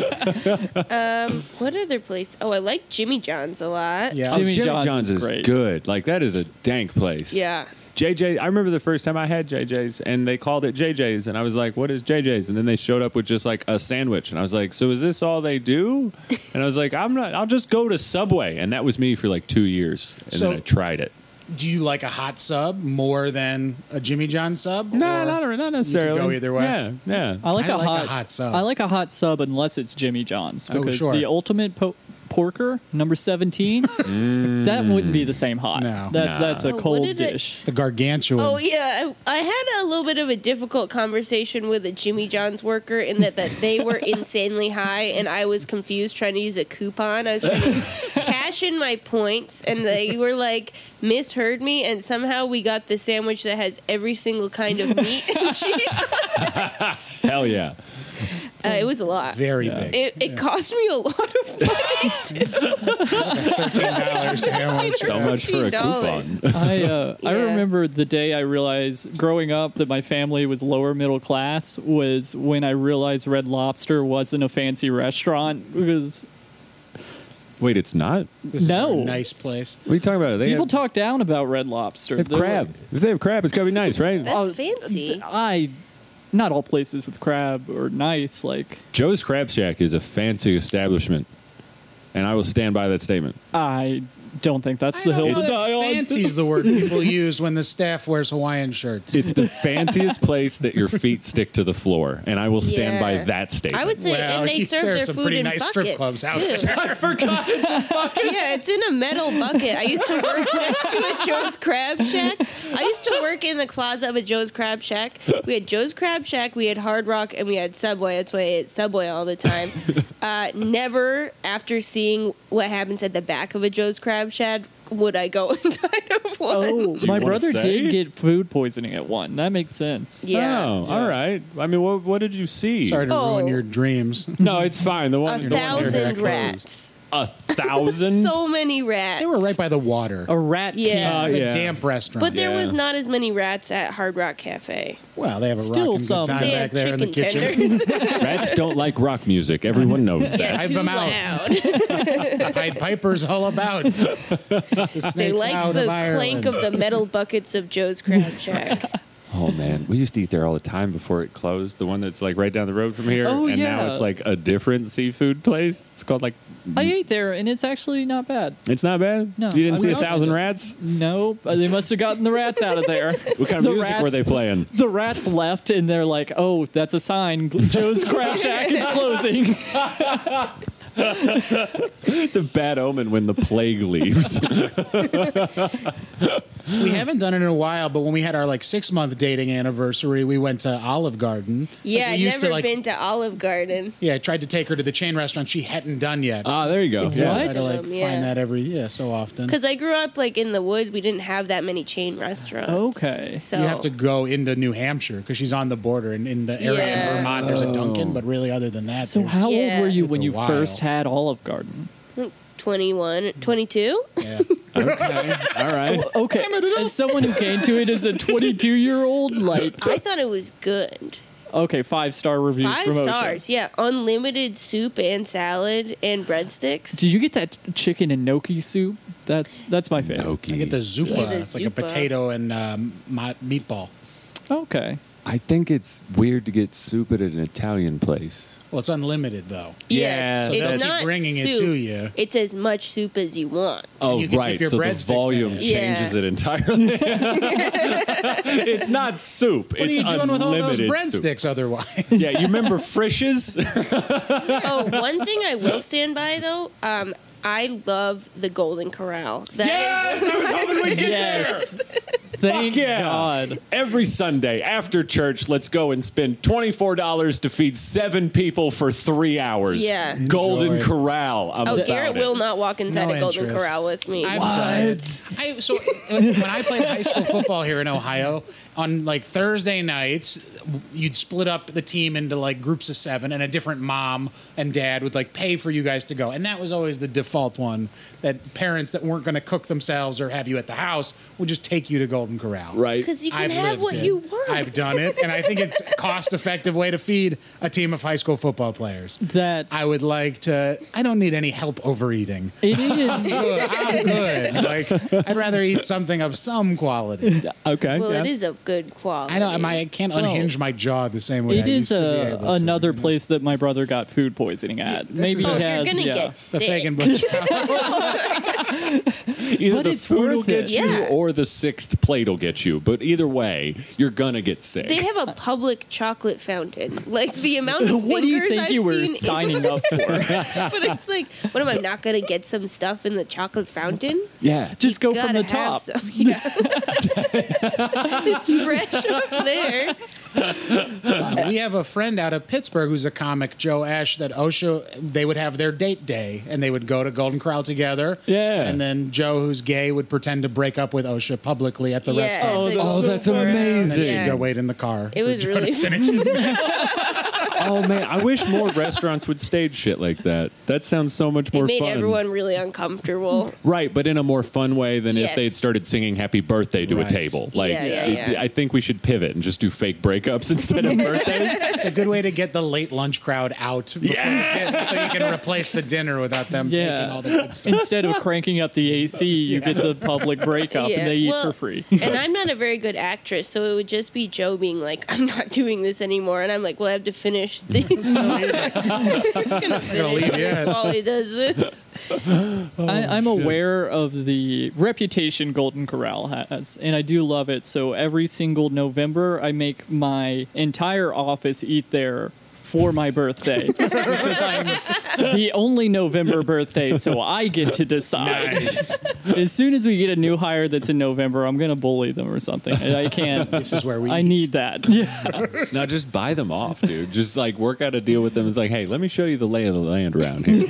D: What other place? Oh, I like Jimmy John's a lot.
C: Yeah,
B: Jimmy
A: Jimmy
B: John's
A: John's,
B: is
A: is
B: great.
A: good. Like that is a dank place.
D: Yeah.
A: JJ, I remember the first time I had JJ's and they called it JJ's and I was like, "What is JJ's?" And then they showed up with just like a sandwich and I was like, "So is this all they do?" And I was like, "I'm not. I'll just go to Subway." And that was me for like two years, and
C: So-
A: then I tried it.
C: Do you like a hot sub more than a Jimmy John sub?
A: No,
C: Or-
A: not, not necessarily.
C: go either way.
A: Yeah, yeah.
B: I like,
C: I
B: a,
C: like a
B: hot,
C: hot sub.
B: I like a hot sub unless it's Jimmy John's
C: Oh,
B: because
C: sure.
B: the ultimate po- porker number seventeen that wouldn't be the same hot.
C: No.
B: That's
A: Mm. Nah.
B: that's
D: Oh,
B: a
D: what
B: cold
D: did it-
B: dish.
C: the gargantuan.
D: Oh yeah, I I had a little bit of a difficult conversation with a Jimmy John's worker in that that they were insanely high and I was confused trying to use a coupon. I was trying to cash in my points and they were like misheard me and somehow we got the sandwich that has every single kind of meat and cheese.
A: Hell yeah.
D: Uh, it was a lot.
C: Very
A: Yeah.
C: big.
D: It, it cost me a lot of money.
C: Thirteen dollars sandwich.
A: So much for a
D: $13.
A: coupon.
B: I uh, I
D: Yeah.
B: remember the day I realized growing up that my family was lower middle class was when I realized Red Lobster wasn't a fancy restaurant because
A: Wait, it's not. What
C: This is
B: No.
C: a nice place.
A: are you talking about? They
B: people
A: have,
B: talk down about Red Lobster.
A: they have
B: They're
A: crab. If they have crab, it's gotta be nice, right?
D: That's
B: Oh,
D: fancy.
B: like, I not all places with crab are nice like
A: Joe's Crab Shack is a fancy establishment, and I will stand by that statement.
B: I don't think that's the
C: I don't
B: hill
C: know
B: to
C: that
B: die on.
C: fancy's the word people use when the staff wears Hawaiian shirts.
A: It's the fanciest place that your feet stick to the floor, and I will stand by
D: Yeah.
A: that statement.
D: I would say,
C: Well,
D: and they
C: you-
D: serve
C: there are
D: their
C: some
D: food
C: pretty
D: in
C: nice strip
D: buckets
C: clubs out
D: too.
C: there.
A: I forgot.
D: yeah, it's in a metal bucket. I used to work next to a Joe's Crab Shack. I used to work in the closet of a Joe's Crab Shack. We had Joe's Crab Shack, we had Hard Rock, and we had Subway. That's why I ate Subway all the time. Uh, never after seeing what happens at the back of a Joe's Crab Shack would I go inside of one.
B: Oh,
A: Do you
B: my
A: wanna
B: brother
A: say?
B: did get food poisoning at one. That makes sense.
D: Yeah.
A: Oh, all right. I mean, what, what did you see?
C: Sorry to ruin
D: Oh.
C: your dreams.
A: No, it's fine. The one the
D: A
A: one you're-
C: that
D: thousand
C: close.
D: rats.
A: a thousand.
D: So many rats.
C: They were right by the water.
B: A rat
D: Oh, Yeah.
A: Uh,
B: king.
C: It's a
A: yeah.
C: damp restaurant.
D: But there
A: Yeah.
D: was not as many rats at Hard Rock Cafe.
C: well, they have a
B: Still
C: rocking good
B: some.
C: time
D: They
C: back
D: had
C: there in the
D: chicken
C: kitchen.
D: tenders.
A: Rats don't like rock music. Everyone knows that.
D: yeah,
C: I've
D: too
C: them out.
D: loud.
C: Pied Piper's all about. The snakes
D: They like
C: out
D: the
C: of Ireland.
D: clank of the metal buckets of Joe's Crab Shack.
A: Oh man, we used to eat there all the time before it closed. The one that's like right down the road from here,
B: Oh,
A: and now
B: yeah.
A: it's like a different seafood place. It's called like.
B: I ate there, and it's actually not bad.
A: It's not bad.
B: No,
A: you didn't
B: I
A: see a
B: love
A: thousand
B: it.
A: rats.
B: No, uh, they must have gotten the rats out of there.
A: What kind of
B: The
A: music were
B: rats-
A: they playing?
B: The rats left, and they're like, "Oh, that's a sign. Joe's Crab Shack is closing."
A: It's a bad omen when the plague leaves.
C: we haven't done it in a while, but when we had our like six month dating anniversary, we went to Olive Garden.
D: Yeah,
C: like,
D: I've
C: we used
D: never
C: to like
D: been to Olive Garden.
C: yeah, I tried to take her to the chain restaurant she hadn't done yet.
A: ah, there you go.
C: I
B: Yeah.
C: try to like
D: Awesome, Uh, yeah.
C: find that every yeah so often.
D: Because I grew up like in the woods, we didn't have that many chain restaurants.
B: Okay.
D: so
C: You have to go into New Hampshire because she's on the border, and in the area
D: Yeah.
C: in Vermont, there's
A: Oh.
C: a Dunkin', but really, other than that,
B: So
C: there's-
B: how old
D: Yeah.
B: were you
C: It's
B: when
C: a
B: you
C: while.
B: first had Olive Garden?
D: 21, 22.
C: Mm. yeah.
A: Okay. All right.
B: Okay, as someone who came to it as a 22 year old, like
D: I thought it was good.
B: okay, five star reviews.
D: Five
B: promotion.
D: stars. Yeah, unlimited soup and salad and breadsticks.
B: Did you get that chicken and gnocchi soup? That's that's my favorite.
A: Okie.
C: I get the Zupa.
D: Yeah, the
C: it's like a
D: Zupa.
C: potato and um, mo- meatball.
B: Okay,
A: I think it's weird to get soup at an Italian place.
C: Well, it's unlimited though.
A: Yeah,
D: yeah,
A: so
D: it's,
A: they'll
D: it's
A: keep
D: not
C: bringing it
D: soup.
C: to you.
D: It's as much soup as you want.
A: Oh,
C: you can dip
A: right.
C: your
A: So the
C: breadsticks in
A: volume
C: it.
A: changes
D: Yeah.
A: it entirely. it's not soup.
C: What are
A: it's
C: you doing with all
A: unlimited
C: those
A: soup.
C: breadsticks otherwise?
A: Yeah, you remember Frisch's?
D: oh, one thing I will stand by though. Um, I love the Golden Corral. That is-
A: I was hoping we'd get
B: Yes. thank
A: Yeah.
B: God.
A: Every Sunday after church, let's go and spend $24 to feed seven people for three hours.
D: Yeah.
A: Golden
C: Enjoy.
A: Corral. I'm
D: oh,
A: about
D: Garrett
A: it.
D: will not walk inside
C: No
D: a Golden
C: interest.
D: Corral with me.
C: I've done it. I, so uh, when I played high school football here in Ohio, on like Thursday nights, you'd split up the team into like groups of seven, and a different mom and dad would like pay for you guys to go, and that was always the default one that parents that weren't going to cook themselves or have you at the house would just take you to Golden Corral,
A: Right.
D: Because you can
C: I've
D: have
C: lived
D: what
C: it.
D: you want.
C: I've done it, and I think it's a cost-effective way to feed a team of high school football players.
B: That
C: I would like to. I don't need any help overeating.
B: it is.
C: Good, I'm good. Like I'd rather eat something of some quality.
A: Okay.
D: Well,
A: yeah.
D: it is of good quality.
C: I know my, I can't unhinge my jaw the same way. I
B: It is
C: used to be
B: a,
C: able to. Mm-hmm.
B: another place that my brother got food poisoning at. Maybe
C: is-
B: he
D: Oh,
B: has.
D: you're gonna
B: yeah.
D: get
C: The
D: sick.
C: Fagan Bush.
A: Either
B: But
A: the
B: it's
A: food will
B: worth
A: get
B: it.
A: you
D: Yeah.
A: or the sixth plate will get you. But either way, you're going to get sick.
D: They have a public chocolate fountain. Like the amount of
B: What do you
D: fingers
B: think
D: I've
B: you were
D: seen.
B: signing up for?
D: but it's like, what am I not gonna get some stuff in the chocolate fountain?
A: yeah.
B: Just go from
D: Gotta
B: the
D: have
B: top.
D: some. Yeah. it's fresh up there.
C: we have a friend out of Pittsburgh who's a comic, Joe Ash. That OSHA they would have their date day, and they would go to Golden Corral together.
A: Yeah.
C: And then Joe, who's gay, would pretend to break up with OSHA publically at the
D: yeah,
C: restaurant.
D: the
A: Oh, that's
D: Golden Corral.
A: amazing.
C: She'd
A: Yeah.
C: go wait in the car.
D: It was really
A: oh, man. I wish more restaurants would stage shit like that. That sounds so much more
D: it made
A: fun.
D: everyone really uncomfortable.
A: Right, but in a more fun way than if
D: Yes.
A: they'd started singing "Happy Birthday" to
C: Right.
A: a table. Like,
D: Yeah, yeah,
A: it-
D: yeah.
A: I think we should pivot and just do fake breakups instead of birthdays.
C: It's a good way to get the late lunch crowd out. before
A: Yeah.
C: you get- so you can replace the dinner without them
B: Yeah.
C: taking all the good stuff.
B: Instead of cranking up the AC, you get the public breakup
D: Yeah,
B: and they eat
D: well,
B: for free.
D: and I'm not a very good actress, so it would just be Joe being like, "I'm not doing this anymore," and I'm like, "Well, I have to finish finish these. He's gonna finish
C: leave
D: this
C: yet.
D: while he does this.
B: I, I'm aware of the reputation Golden Corral has, and I do love it. So every single November, I make my entire office eat there for my birthday because I'm the only November birthday, so I get to decide.
A: Nice.
B: As soon as we get a new hire that's in November, I'm gonna bully them or something. And I can't.
C: This is where we.
B: I
C: eat.
B: need that. Yeah.
A: now just buy them off, dude. Just like work out a deal with them. It's like, hey, let me show you the lay of the land around here.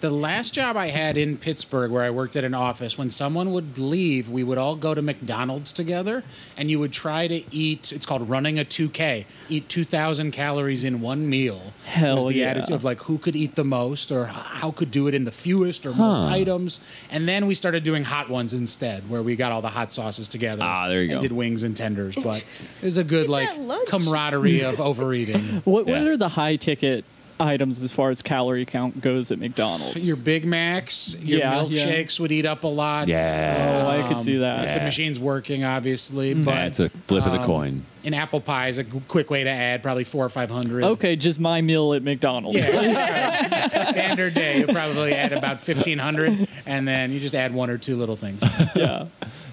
C: The last job I had in Pittsburgh where I worked at an office, when someone would leave, we would all go to McDonald's together and you would try to eat, it's called running a 2K, eat 2,000 calories in one meal.
B: Hell
C: was the
B: yeah.
C: attitude of like who could eat the most or h- how could do it in the fewest or most items. And then we started doing hot ones instead where we got all the hot sauces together.
A: Ah, there you
C: and
A: go.
C: did wings and tenders, but it was a good like
D: at lunch.
C: camaraderie of overeating.
B: What What
A: Yeah.
B: are the high ticket items as far as calorie count goes at McDonald's?
C: Your Big Macs, your
B: Yeah, yeah.
C: milkshakes would eat up a lot.
A: yeah.
B: oh, I could see that. Mm.
C: if the machine's working, obviously. But
A: That's a flip of the coin.
C: an apple pie is a g- quick way to add probably four or five hundred.
B: Okay, just my meal at McDonald's.
C: Yeah. Standard day, you probably add about fifteen hundred, and then you just add one or two little things.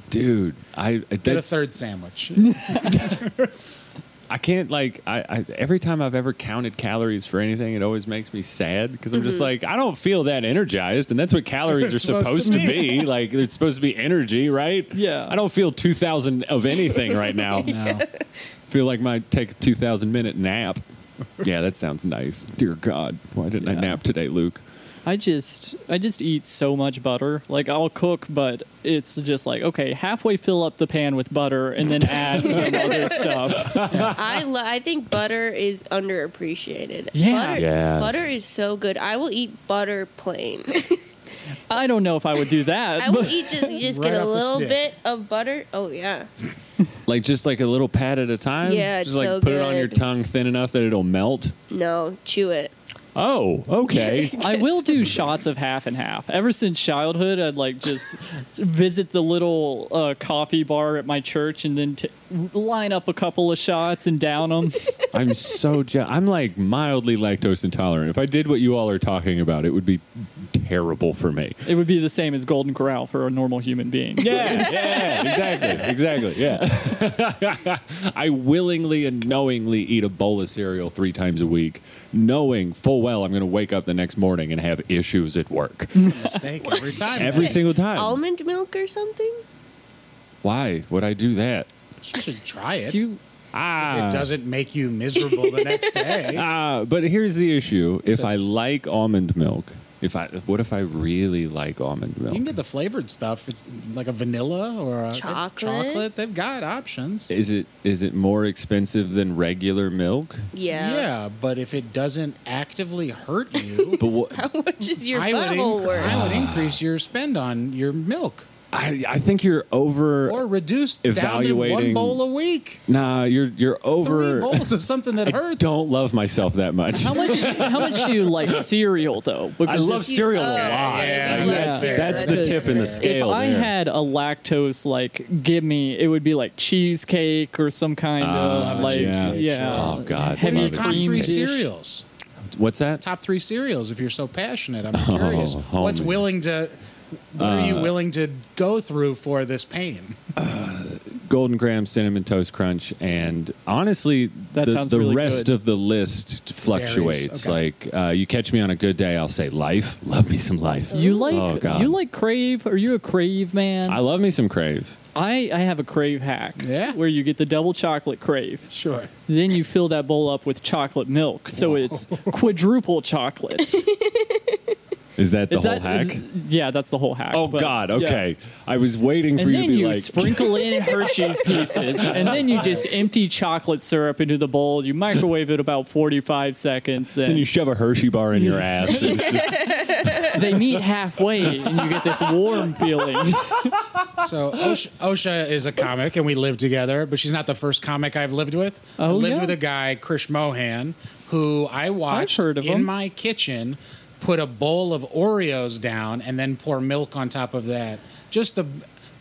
A: Dude, I
C: Get a
A: that's,
C: third sandwich.
A: I can't like I, I every time I've ever counted calories for anything, it always makes me sad because I'm just like I don't feel that energized, and that's what calories are
C: Supposed to
A: supposed, to be. like it's supposed to be energy, right?
B: Yeah.
A: I don't feel two thousand of anything right now.
C: No.
A: Feel like my take a two thousand minute nap. Yeah, that sounds nice. Dear God, why didn't I
B: Yeah.
A: nap today, Luke?
B: I just I just eat so much butter. Like I'll cook, but it's just like okay, halfway fill up the pan with butter and then add some other stuff.
D: I lo- I think butter is underappreciated.
B: Yeah.
D: butter,
A: Yes.
D: butter is so good. I will eat butter plain.
B: I don't know if I would do that.
D: I will
B: but-
D: eat just you just
C: Right
D: get a
C: off the
D: little
C: stick.
D: bit of butter. Oh yeah,
A: Like just like a little pat at a time.
D: Yeah, it's
A: just like
D: so
A: put it on
D: good.
A: your tongue thin enough that it'll melt.
D: no, chew it.
A: Oh, okay.
B: I will do shots of half and half. Ever since childhood, I'd like just visit the little uh, coffee bar at my church and then t- line up a couple of shots and down them.
A: I'm so je- I'm like mildly lactose intolerant. If I did what you all are talking about, it would be terrible for me.
B: it would be the same as Golden Corral for a normal human being.
A: Yeah, yeah, exactly, exactly. Yeah, I willingly and knowingly eat a bowl of cereal three times a week, knowing full well I'm going to wake up the next morning and have issues at work
C: Mistake every time.
A: every single
C: Um,
A: time.
D: Almond milk or something.
A: Why would I do that?
C: you should try it.
B: You,
A: Ah,
C: it doesn't make you miserable the next day.
A: Ah, but here's the issue: if
C: a-
A: I like almond milk, if I what if I really like almond milk?
C: You can get the flavored stuff. It's like a vanilla or a
D: Chocolate.
C: chocolate. They've got options.
A: Is it is it more expensive than regular milk?
D: Yeah,
C: yeah, but if it doesn't actively hurt you,
A: But what,
D: how much is your
C: I would,
D: butthole
C: inc-
D: worth?
C: I would increase your spend on your milk
A: I I think you're over.
C: or reduce down to one
A: Evaluating-
C: bowl a week.
A: nah, you're you're
C: Three
A: over.
C: bowls of something that
A: I
C: hurts.
A: don't love myself that much.
B: how much? How much do you like cereal though?
A: I
B: Because
A: love
B: if-
A: cereal a
D: Oh,
A: lot.
D: yeah,
A: Like,
B: yeah,
A: that's
B: fair.
A: that's
B: That
A: the
B: is
A: tip in
D: fair.
A: the
B: If
A: scale.
B: I
A: there.
B: had a lactose like give me, it would be like cheesecake or some kind
A: love
B: of
A: a
B: like
A: cheesecake,
B: yeah.
A: sure. Ah, Oh, God,
C: What are
B: heavy
C: your
A: Love it.
C: top
B: cream
C: three
B: dish.
C: cereals?
A: what's that?
C: Top three cereals. If you're so passionate, I'm curious.
A: Oh, homie.
C: What's
A: Uh,
C: willing to? What are you willing to go through for this pain?
A: Golden Graham cinnamon toast crunch, and honestly,
B: That
A: the,
B: sounds
A: the
B: really
A: rest
B: good.
A: of the list fluctuates.
C: okay.
A: Like uh, you catch me on a good day, I'll say life. Love me some life.
B: You like
A: Oh, God.
B: you like crave? Are you a crave man?
A: I love me some crave.
B: I, I have a crave hack.
C: Yeah?
B: Where you get the double chocolate crave.
C: Sure.
B: Then you fill that bowl up with chocolate milk. So it's quadruple chocolate. Is
A: Is that the whole
B: that-
A: hack?
B: is- yeah, that's the whole hack.
A: Oh
B: but,
A: God!
B: yeah.
A: Okay, I was waiting for
B: And
A: you to
B: then
A: be
B: you
A: like,
B: sprinkle in Hershey's pieces, and then you just empty chocolate syrup into the bowl. You microwave it about 45 seconds,
A: then
B: and
A: you shove a Hershey bar in your ass. and it's just-
B: they meet halfway, and you get this warm feeling.
C: So Osha, Osha is a comic, and we live together. But she's not the first comic I've lived with. I
B: Oh,
C: lived
B: yeah.
C: with a guy, Krish Mohan, who I watched
B: heard of
C: in
B: him.
C: my kitchen put a bowl of Oreos down and then pour milk on top of that. Just the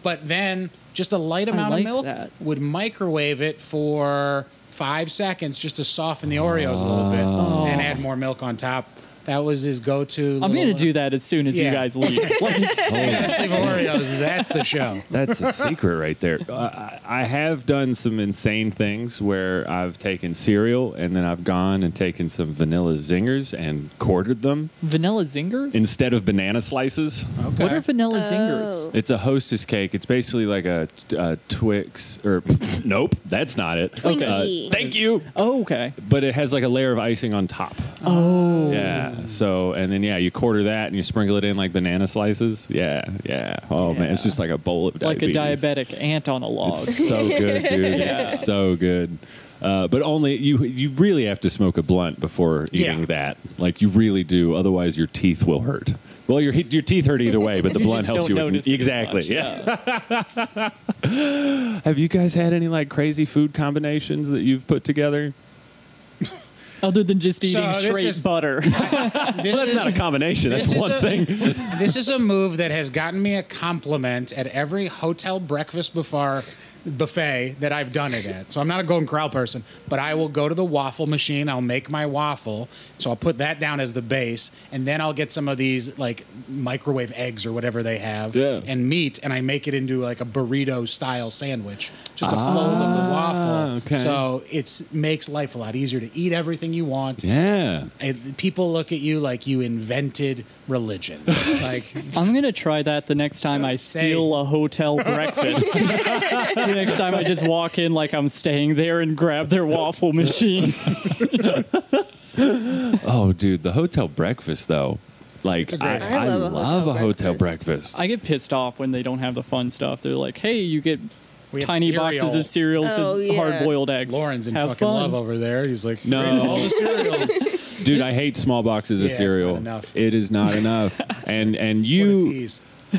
C: But then just a light amount
B: like
C: of milk
B: that.
C: would microwave it for five seconds just to soften the Oreos a little bit and add more milk on top. That was his go to.
B: Oh. I'm gonna do that as soon as you
C: Yeah.
B: guys leave. Like,
A: oh,
C: Best of Oreos. That's the show.
A: That's a secret right there. I- I, I have done some insane things where I've taken cereal and then I've gone and taken some vanilla zingers and quartered them
B: vanilla zingers?
A: instead of banana slices.
C: Okay.
B: what are vanilla zingers?
D: Oh.
A: It's a hostess cake. It's basically like a, uh Twix or nope, that's not it.
D: Twinkie.
A: Uh, thank you.
B: Oh, okay.
A: But it has like a layer of icing on top.
B: Oh,
A: Yeah. So and then yeah, you quarter that and you sprinkle it in like banana slices. Yeah. Yeah. Oh man, it's
B: Yeah.
A: just like a bowl of
B: like a
A: diabetes.
B: diabetic ant on a log.
A: It's so good, dude. It's so good. Uh, but only you you really have to smoke a blunt before
C: Yeah.
A: eating that. Like you really do, otherwise your teeth will hurt. Well, your your teeth hurt either way, but the
B: You
A: blunt
B: just
A: helps
B: don't
A: you.
B: notice it as
A: exactly.
B: much,
A: yeah. Have you guys had any like crazy food combinations that you've put together?
B: Other than just
C: So,
B: eating
C: this
B: straight
C: is-
B: butter.
C: This
A: That's
C: is
A: not a combination. That's
C: this is
A: one
C: a-
A: thing.
C: this is a move that has gotten me a compliment at every hotel breakfast before buffet that I've done it at. So I'm not a Golden Corral person, but I will go to the waffle machine. I'll make my waffle. So I'll put that down as the base, and then I'll get some of these like microwave eggs or whatever they have,
A: Yeah.
C: and meat, and I make it into like a burrito style sandwich, just a fold of the waffle.
A: Ah, okay.
C: So it makes life a lot easier to eat everything you want.
A: Yeah.
C: And people look at you like you invented religion. like
B: I'm gonna try that the next time I steal a hotel breakfast. the next time I just walk in like I'm staying there and grab their waffle machine.
A: Oh, dude, the hotel breakfast though. Like
C: a
A: I,
C: great
A: I, love, a hotel breakfast.
B: I get pissed off when they don't have the fun stuff. They're like, "Hey, you get
C: We have
B: tiny boxes of cereals
D: Oh,
B: of
D: yeah.
B: hard-boiled eggs.
C: Lauren's in
B: have
C: fucking
B: fun."
C: love over there. He's like,
A: No.
C: "Great, all the cereals.
A: Dude, I hate small boxes
C: Yeah,
A: of
C: it's
A: cereal.
C: not enough.
A: It is not enough. and and
C: you,
A: you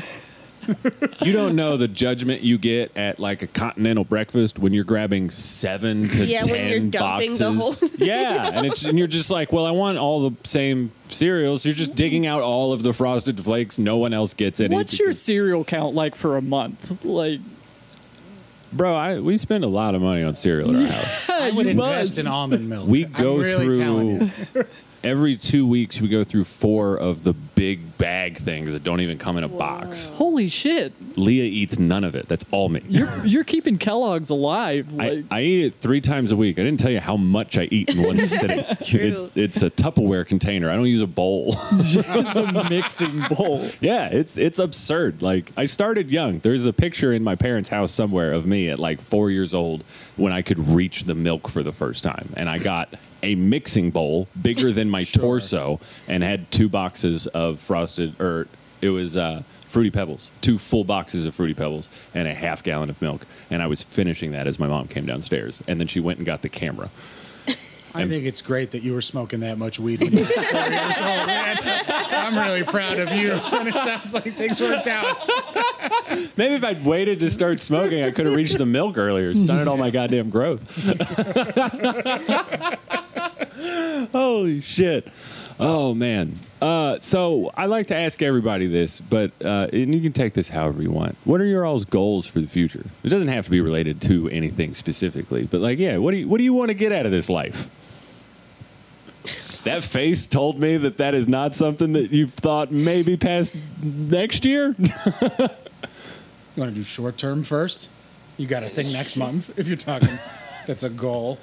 A: you don't know the judgment you get at like a continental breakfast when you're grabbing seven to
D: Yeah,
A: ten
D: when you're dumping
A: boxes.
D: the whole
A: yeah, and it's and you're just like, well, I want all the same cereals. You're just digging out all of the frosted flakes. No one else gets any.
B: What's your cereal count like for a month? Like,
A: bro? I, we spend a lot of money on cereal at our house.
C: I would
B: you
C: invest
B: must.
C: in almond milk.
A: We go
C: I'm really telling you.
A: through. Every two weeks, we go through four of the big bag things that don't even come in a box.
B: holy shit,
A: Leah eats none of it. That's all me.
B: you're you're keeping Kellogg's alive. Like,
A: I, I eat it three times a week. I didn't tell you how much I eat in one sitting.
D: true.
A: It's, it's a Tupperware container. I don't use a bowl.
B: it's a mixing bowl.
A: yeah, it's it's absurd. Like I started young. There's a picture in my parents' house somewhere of me at like four years old when I could reach the milk for the first time, and I got a mixing bowl bigger than my torso, and had two boxes of frosted or it was. Uh, Fruity Pebbles, two full boxes of Fruity Pebbles, and a half gallon of milk. And I was finishing that as my mom came downstairs. And then she went and got the camera.
C: I think it's great that you were smoking that much weed when you were four years old, man. I'm really proud of you. And it sounds like things worked out.
A: Maybe if I'd waited to start smoking, I could have reached the milk earlier, stunted all my goddamn growth. Holy shit. Oh, man. Uh, so I like to ask everybody this, but uh, and you can take this however you want. What are your all's goals for the future? It doesn't have to be related to anything specifically, but like, yeah, what do you, what do you want to get out of this life? That face told me that that is not something that you've thought maybe past next year.
C: You want to do short term first? You got a thing next month if you're talking. That's a goal.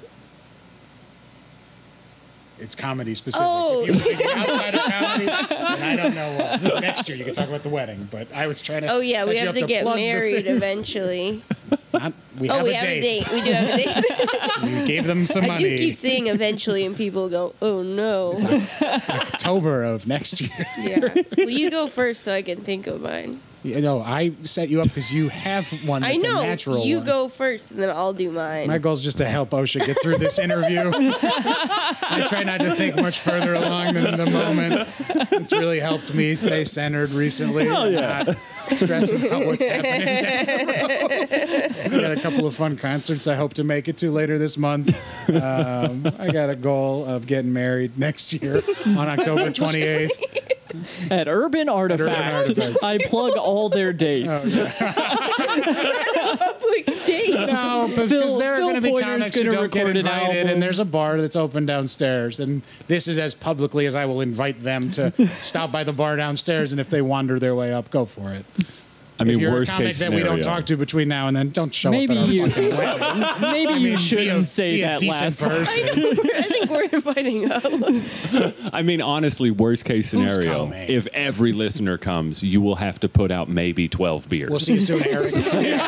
C: It's comedy specific.
D: Oh.
C: If you want to get outside of comedy, then I don't know. What. Next year you can talk about the wedding, but I was trying to.
D: Oh yeah,
C: set
D: we
C: you
D: have
C: up
D: to get
C: plug the
D: married
C: things.
D: eventually.
C: Not- we
D: oh,
C: have,
D: we
C: a,
D: have
C: date.
D: a date. We do have a date.
C: We gave them some
D: I do
C: money.
D: keep saying eventually, and people go, "Oh no."
C: October of next year.
D: Yeah. Will you go first so I can think of mine?
C: you know, I set you up because you have one. That's
D: I know.
C: A natural
D: you
C: one.
D: go first, and then I'll do mine.
C: My goal is just to help OSHA get through this interview. I try not to think much further along than the moment. It's really helped me stay centered recently. Hell yeah. Not stress about what's happening. I got a couple of fun concerts I hope to make it to later this month. Um, I got a goal of getting married next year on October 28th.
B: At Urban Artifact,
C: Artifact. Oh,
B: I plug all their dates.
D: public date.
C: No, because
B: Phil-
C: there are
B: Phil
C: going to be
B: Boyer's
C: comics who
B: gonna
C: don't get
B: record an
C: invited,
B: album.
C: and there's a bar that's open downstairs, and this is as publicly as I will invite them to stop by the bar downstairs, and if they wander their way up, go for it.
A: I mean,
C: if you're
A: worst
C: a comic
A: case
C: that
A: scenario.
C: we don't talk to between now and then, don't show
B: Maybe
C: up. at our
B: you-
C: fucking wedding.
B: Maybe you
C: Be a-
B: shouldn't say
C: be a
B: that
C: decent
B: last part.
C: person.
D: I think we're inviting up.
A: I mean, honestly, worst case scenario.
C: coming?
A: If every listener comes, you will have to put out maybe twelve beers.
C: We'll see you soon, Eric.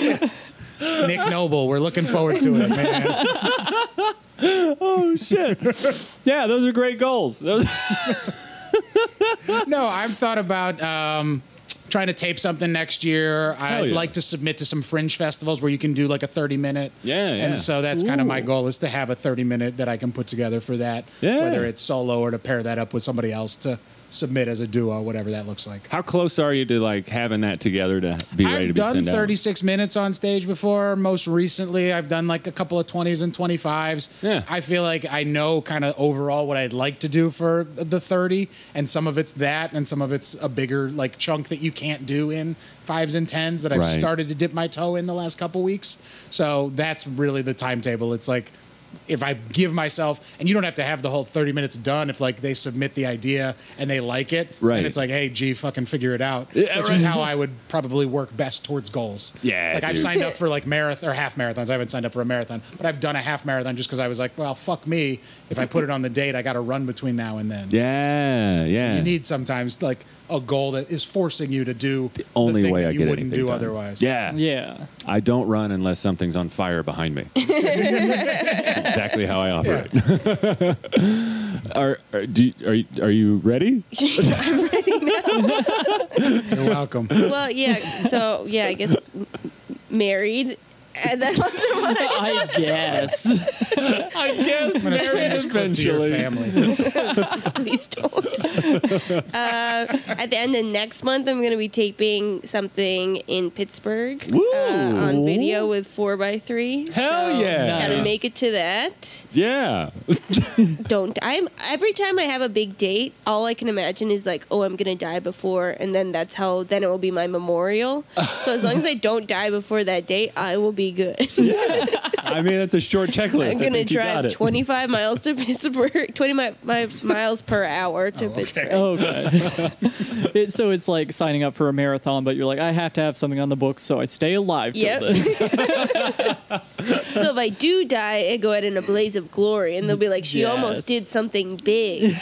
C: Nick Noble, we're looking forward to it, man.
A: oh shit! yeah, those are great goals. Those-
C: No, I've thought about um, trying to tape something next year. I'd
A: yeah.
C: like to submit to some fringe festivals where you can do like a 30 minute.
A: Yeah,
C: And
A: yeah.
C: so that's kind of my goal is to have a 30 minute that I can put together for that,
A: Yeah.
C: whether it's solo or to pair that up with somebody else to submit as a duo, whatever that looks like.
A: How close are you to like having that together to be ready to
C: I've
A: be
C: done
A: sent out?
C: 36 minutes on stage before. Most recently, I've done like a couple of 20s and 25s.
A: Yeah.
C: I feel like I know kind of overall what I'd like to do for the 30, and some of it's that, and some of it's a bigger like chunk that you can't do in fives and tens that I've
A: Right.
C: started to dip my toe in the last couple weeks. So that's really the timetable. It's like if I give myself, and you don't have to have the whole 30 minutes done if like they submit the idea and they like it,
A: Right.
C: And it's like, hey, gee, fucking figure it out,
A: Yeah,
C: which
A: right.
C: is how I would probably work best towards goals.
A: Yeah,
C: Like I've
A: dude.
C: signed up for like marathon or half marathons. I haven't signed up for a marathon, but I've done a half marathon just because I was like, well, fuck me. If I put it on the date, I got to run between now and then.
A: Yeah, yeah.
C: You need sometimes like a goal that is forcing you to do the
A: only
C: thing
A: way
C: that
A: I
C: you
A: get
C: wouldn't
A: anything
C: do
A: done.
C: otherwise.
A: Yeah,
B: Yeah.
A: I don't run unless something's on fire behind me. That's exactly how I operate. are are, do, you- are you- are you ready?
C: You're welcome.
D: Well, yeah. So yeah, I guess m- married, and then on to what?
B: I guess.
A: I guess
C: I'm gonna send this clip to your family.
D: Please don't. Uh, at the end of next month, I'm going to be taping something in Pittsburgh uh,
A: Woo!
D: on video with four x three.
A: Hell yeah.
D: Gotta
B: Nice.
D: make it to that.
A: Yeah.
D: Don't I'm every time I have a big date, all I can imagine is like, oh, I'm gonna die before, and then that's how then it will be my memorial. so as long as I don't die before that date, I will be good.
A: I mean, it's a short checklist.
D: I'm
A: I
D: gonna
A: think you got it.
D: drive 25 miles to Pittsburgh, 20 mi- mi- miles per hour
A: Oh,
D: to Pittsburgh.
B: Okay. It, so it's like signing up for a marathon, but you're like, I have to have something on the books so I stay alive till
D: Yep.
B: then.
D: So if I do die, I go out in a blaze of glory, and they'll be like, she
B: Yes.
D: almost did something big.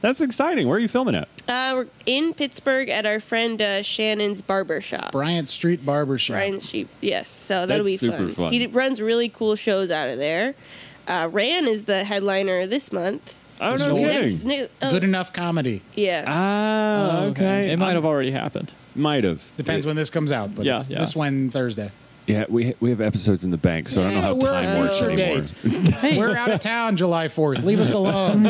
A: That's exciting. Where are you filming at?
D: uh, we're in Pittsburgh at our friend uh, Shannon's barber shop.
C: Bryant Street Barbershop.
D: Brian Sheep. Yes, so that'll
A: That's
D: be
A: super
D: fun.
A: fun.
D: He d- runs really cool shows out of there. Uh, Ran is the headliner this month.
A: Oh,
C: It's
A: no
C: Nolan.
A: kidding.
D: Next new- oh,
C: Good enough comedy.
D: Yeah.
A: Ah, okay.
B: It might have
A: I
B: already happened.
A: might have.
C: Depends
A: It-
C: when this comes out, but
B: Yeah,
C: it's
B: yeah.
C: this one Thursday.
A: Yeah, we we have episodes in the bank, so I don't know how
C: Yeah, we're a
A: time works
C: future
A: anymore.
C: date. We're out of town July 4th. Leave us alone.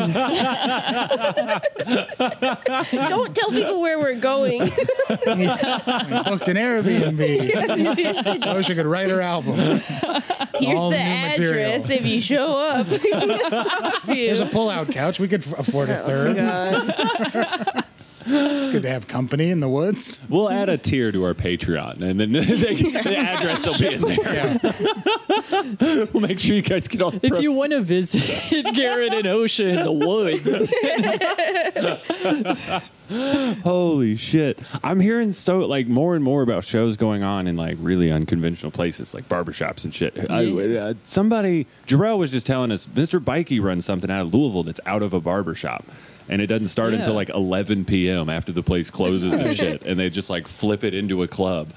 D: Don't tell people where we're going.
C: booked an Airbnb.
D: Here's the
C: Osha could write her album.
D: Here's
C: All
D: the
C: new material.
D: address if you show up. Stop you. Oh
C: There's a pull-out couch. We could f- afford a third.
D: God.
C: It's good to have company in the woods.
A: We'll add a tier to our Patreon, and then the, the address will be in there.
C: Yeah.
A: We'll make sure you guys get all. the
B: If you
A: props.
B: want to visit Garrett and OSHA in the woods,
A: holy shit! I'm hearing so like more and more about shows going on in like really unconventional places, like barbershops and shit. I-
B: Yeah.
A: uh, somebody Jarrell was just telling us Mr. Bikey runs something out of Louisville that's out of a barbershop. And it doesn't start
B: Yeah.
A: until like 11 p.m. after the place closes and shit, and they just like flip it into a club.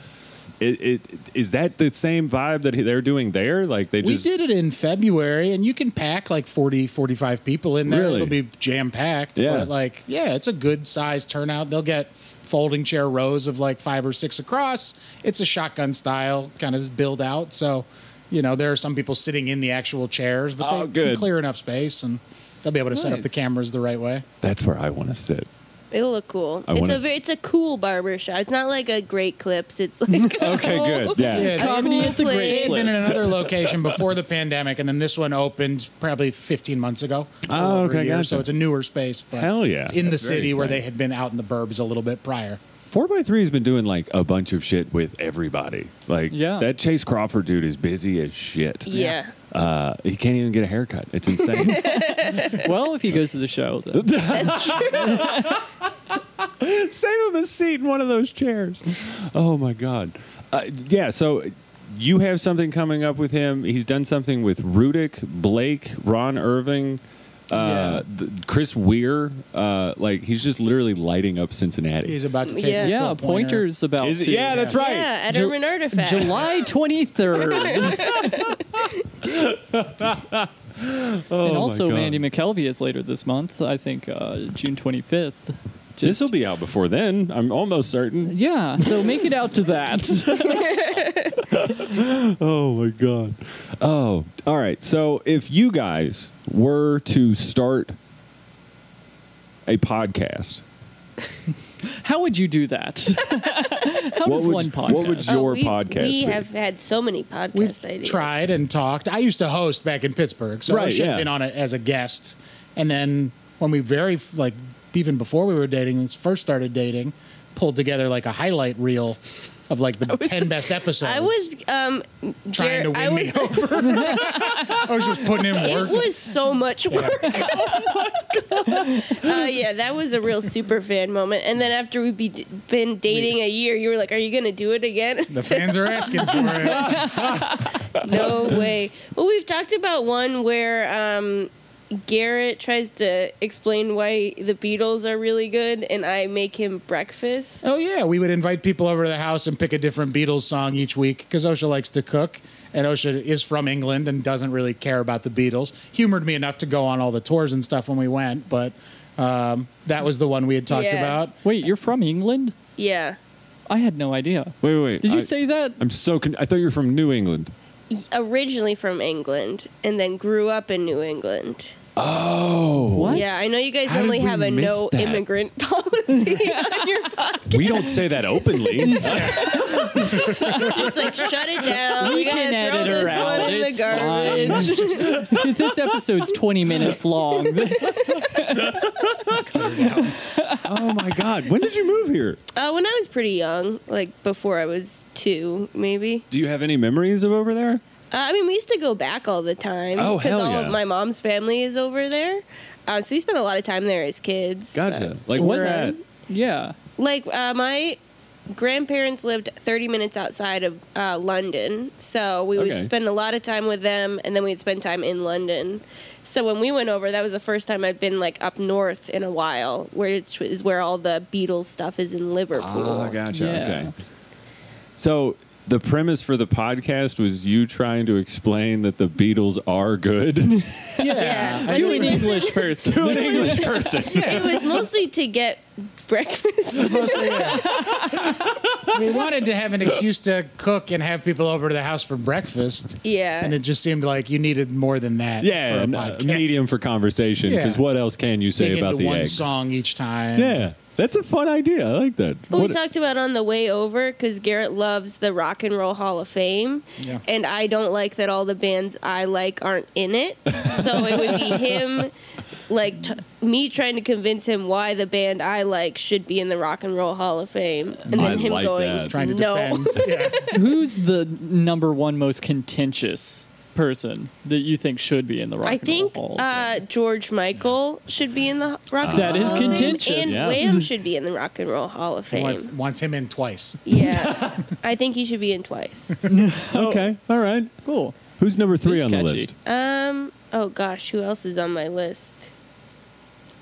A: It, it is that the same vibe that they're doing there? Like they
C: We
A: just
C: did it in February, and you can pack like 40, 45 people in there.
A: Really?
C: It'll be jam packed.
A: Yeah.
C: But like, yeah, it's a good size turnout. They'll get folding chair rows of like five or six across. It's a shotgun style kind of build out. So, you know, there are some people sitting in the actual chairs, but
A: Oh,
C: they
A: good.
C: can clear enough space and they'll be able to set up
B: Nice.
C: the cameras the right way.
A: That's where I want to sit.
D: It'll look cool.
A: I
D: it's
A: wanna
D: a
A: s-
D: ve- it's a cool barber shop. It's not like a Great Clips. It's like a
A: Okay,
D: cool-
A: good. Yeah.
C: Yeah.
D: a
B: Comedy
D: cool
B: at the Great
D: place.
C: It had been in another location before the pandemic, and then this one opened probably 15 months ago. a little
A: Oh,
C: over a
A: okay,
C: year,
A: gotcha.
C: So it's a newer space, but
A: Hell yeah.
C: it's in
A: That's
C: the
A: very
C: city where they
A: exciting.
C: had been out in the burbs a little bit prior.
A: Four by three has been doing like a bunch of shit with everybody. Like
B: Yeah.
A: that Chase Crawford dude is busy as shit.
D: Yeah.
A: Uh, he can't even get a haircut. It's insane.
B: Well, if he goes to the show, then.
A: Save him a seat in one of those chairs. Oh my god. Uh, yeah. So you have something coming up with him. He's done something with Rudick, Blake, Ron Irving. Uh, th- Chris Weir, uh, like he's just literally lighting up Cincinnati.
C: He's about to take
D: Yeah.
C: the
B: yeah,
C: Phil Pointer.
B: pointers about.
A: Is it-
B: to-
A: yeah, that's right.
D: Yeah, at
B: Ju-
D: Urban Artifact.
B: July 23rd. and
A: Oh my
B: also,
A: God.
B: Mandy McKelvey is later this month. I think uh, June 25th.
A: This will be out before then. I'm almost certain.
B: Yeah, so make it out to that.
A: Oh my god. Oh, all right. So if you guys were to start a podcast,
B: How would you do that? How
A: what
B: does
A: would
B: one
A: you-
B: podcast?
A: what would
D: Oh,
A: your
D: we,
A: podcast be?
D: We have had so many podcast
C: We've
D: ideas.
C: tried and talked. I used to host back in Pittsburgh, so
A: Right,
C: I should have
A: yeah.
C: been on it as a guest. And then when we very like even before we were dating, first started dating, pulled together like a highlight reel of like the ten best episodes.
D: I was um
C: trying to
D: Jared-
C: win
D: I was
C: me over. I was just putting in
D: It
C: work.
D: was so much work. Oh uh, yeah, that was a real super fan moment. And then after we've be, been dating a year, you were like, "Are you gonna do it again?"
C: the fans are asking for it.
D: no way. Well, we've talked about one where um, Garrett tries to explain why the Beatles are really good, and I make him breakfast.
C: Oh yeah, we would invite people over to the house and pick a different Beatles song each week because Osha likes to cook, and Osha is from England and doesn't really care about the Beatles. Humored me enough to go on all the tours and stuff when we went, but um, that was the one we had talked
D: Yeah.
C: about.
B: Uh, Wait, you're from England?
D: Yeah.
B: I had no idea.
A: Wait, wait, wait.
B: Did you
A: I-
B: say that?
A: I'm so. Con- I thought you were from New England.
D: Originally from England, and then grew up in New England.
A: Oh,
B: What?
D: Yeah, I know you guys
A: How did
D: normally
A: we
D: have a
A: miss
D: no
A: that?
D: immigrant policy on your podcast.
A: we don't say that openly.
D: It's like shut it down. We,
B: can
D: gotta throw
B: edit
D: this
B: her out.
D: one in
B: It's
D: the garbage.
B: this episode's 20 minutes long.
A: oh my God! When did you move here?
D: Uh, when I was pretty young, like before I was two, maybe.
A: Do you have any memories of over there?
D: Uh, I mean, we used to go back all the time
A: Oh, hell
D: all
A: yeah.
D: of my mom's family is over there. Uh, so we spent a lot of time there as kids.
A: Gotcha.
D: but
A: Like
D: it's
A: where
D: fun.
A: at?
B: yeah.
D: Like uh, my grandparents lived 30 minutes outside of uh, London, so we
A: Okay.
D: would spend a lot of time with them, and then we'd spend time in London. So when we went over, that was the first time I'd been like up north in a while, which is where all the Beatles stuff is in Liverpool.
A: Oh, gotcha.
B: Yeah.
A: Okay. So the premise for the podcast was you trying to explain that the Beatles are good to
C: Yeah,
D: Yeah.
C: I-
D: Do it is-
B: person.
A: an English person.
D: It was mostly to get breakfast.
C: mostly, yeah. we wanted to have an excuse to cook and have people over to the house for breakfast.
D: Yeah.
C: and it just seemed like you needed more than that.
A: Yeah,
C: for a
A: and, uh,
C: podcast.
A: medium for conversation. Because
C: Yeah.
A: what else can you say
C: Dig
A: about
C: into
A: the
C: one
A: eggs?
C: song each time.
A: Yeah, that's a fun idea. I like that.
D: But we
A: What-
D: talked about on the way over because Garrett loves the Rock and Roll Hall of Fame,
C: Yeah.
D: and I don't like that all the bands I like aren't in it. So it would be him, like t- me trying to convince him why the band I like should be in the Rock and Roll Hall of Fame, and then
A: I
D: him
A: like
D: going,
A: that.
C: trying to
D: "No,
C: defend. Yeah.
B: Who's the number one most contentious person that you think should be in the Rock
D: I
B: and Roll
D: think
B: Hall?
D: uh, George Michael should be in the Rock and Roll
B: That is
D: Hall of Fame,
B: contentious.
D: and
A: Yeah.
D: Wham should be in the Rock and Roll Hall of Fame."
C: wants, wants him in twice.
D: Yeah, I think he should be in twice.
A: okay, all right.
B: cool.
A: Who's number three
B: It's
A: on the
B: catchy.
A: list?
D: Um. Oh gosh, who else is on my list?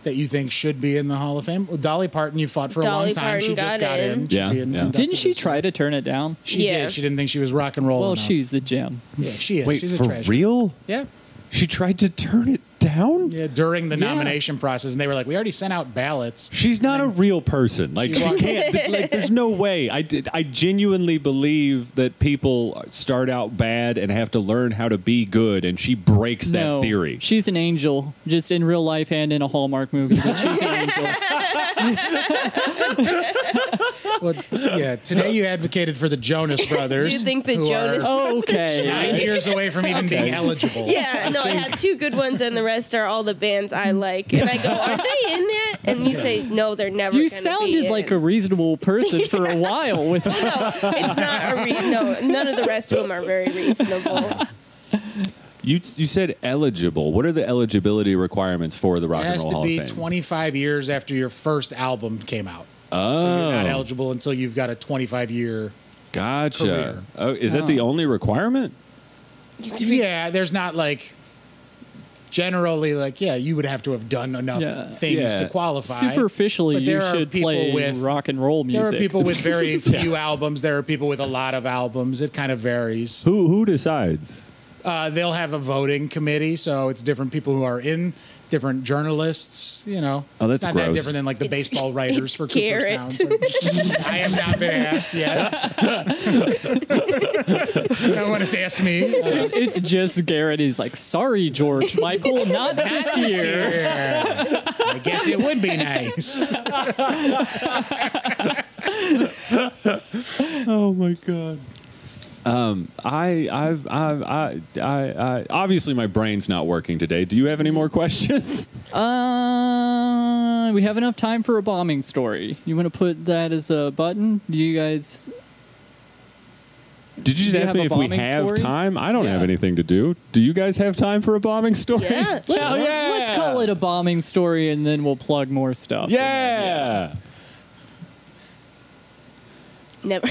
C: that you think should be in the Hall of Fame? Well, Dolly Parton, you fought for a
D: Dolly
C: long time. she
D: Parton
C: just
D: got
C: got in.
D: in.
C: Should
A: Yeah,
C: be in-
A: yeah.
C: inducted
B: Didn't she
C: this
B: try to turn it down?
C: year. She
D: Yeah.
C: did. She didn't think she was rock and roll.
B: Well,
C: enough.
B: she's a gem.
C: yeah, she is.
A: Wait,
C: she's a
A: for
C: treasure.
A: real?
C: Yeah.
A: She tried to turn it down.
C: Yeah, during the
A: Yeah.
C: nomination process, and they were like, "We already sent out ballots."
A: She's not a real person. Like
C: She
A: she
C: walked-
A: can't. th- like there's no way. I did. I genuinely believe that people start out bad and have to learn how to be good. And she breaks
B: No,
A: that theory.
B: She's an angel, just in real life and in a Hallmark movie. But she's an angel.
C: Well, yeah. Today you advocated for the Jonas Brothers.
D: think the
C: who
D: Jonas-
C: Are
B: Oh, okay.
C: nine years away from even being eligible.
D: Yeah, no, I have two good ones, and the rest are all the bands I like. And I go, "Are they in that?" And you say, "No, they're never."
B: You
D: gonna
B: sounded
D: be
B: like a
D: in.
B: reasonable person for a while with
D: No, it's not a re- no. None of the rest of them are very reasonable.
A: You you said eligible. What are the eligibility requirements for the Rock
C: It
A: and
C: has
A: Roll
C: to
A: Hall
C: be
A: of Fame?
C: 25 years after your first album came out.
A: oh,
C: So you're not eligible until you've got a 25 year.
A: gotcha.
C: career.
A: Oh, is that the only requirement?
C: Yeah, there's not like generally like yeah, you would have to have done enough
B: Yeah.
C: things
A: Yeah.
C: to qualify.
B: superficially
C: But there
B: you
C: are
B: should
C: people
B: play
C: with-
B: rock and roll
C: There
B: music.
C: are people with very few albums. There are people with a lot of albums. It kind of varies.
A: Who who decides?
C: Uh, they'll have a voting committee, so it's different people who are in, different journalists. You know,
A: Oh, that's
C: it's not that
A: gross.
C: different than like the
D: It's-
C: baseball writers
D: it's
C: for Cooperstown. so- I have not been asked yet. no one has asked me. Uh,
B: it's just Garrett. He's like, sorry, George Michael, not this year.
C: Yeah. I guess it would be nice.
A: Oh my god. Um, I, I've, I've, I, I, I, obviously my brain's not working today. Do you have any more questions?
B: Uh, we have enough time for a bombing story. You want to put that as a button? Do you guys?
A: Did you just
B: Do you
A: ask
B: have
A: me
B: a
A: if we
B: bombing
A: have
B: story?
A: time? I don't
B: Yeah.
A: have anything to do. Do you guys have time for a bombing story?
D: Yeah.
A: Hell yeah.
B: Let's call it a bombing story, and then we'll plug more stuff.
A: Yeah.
D: Never.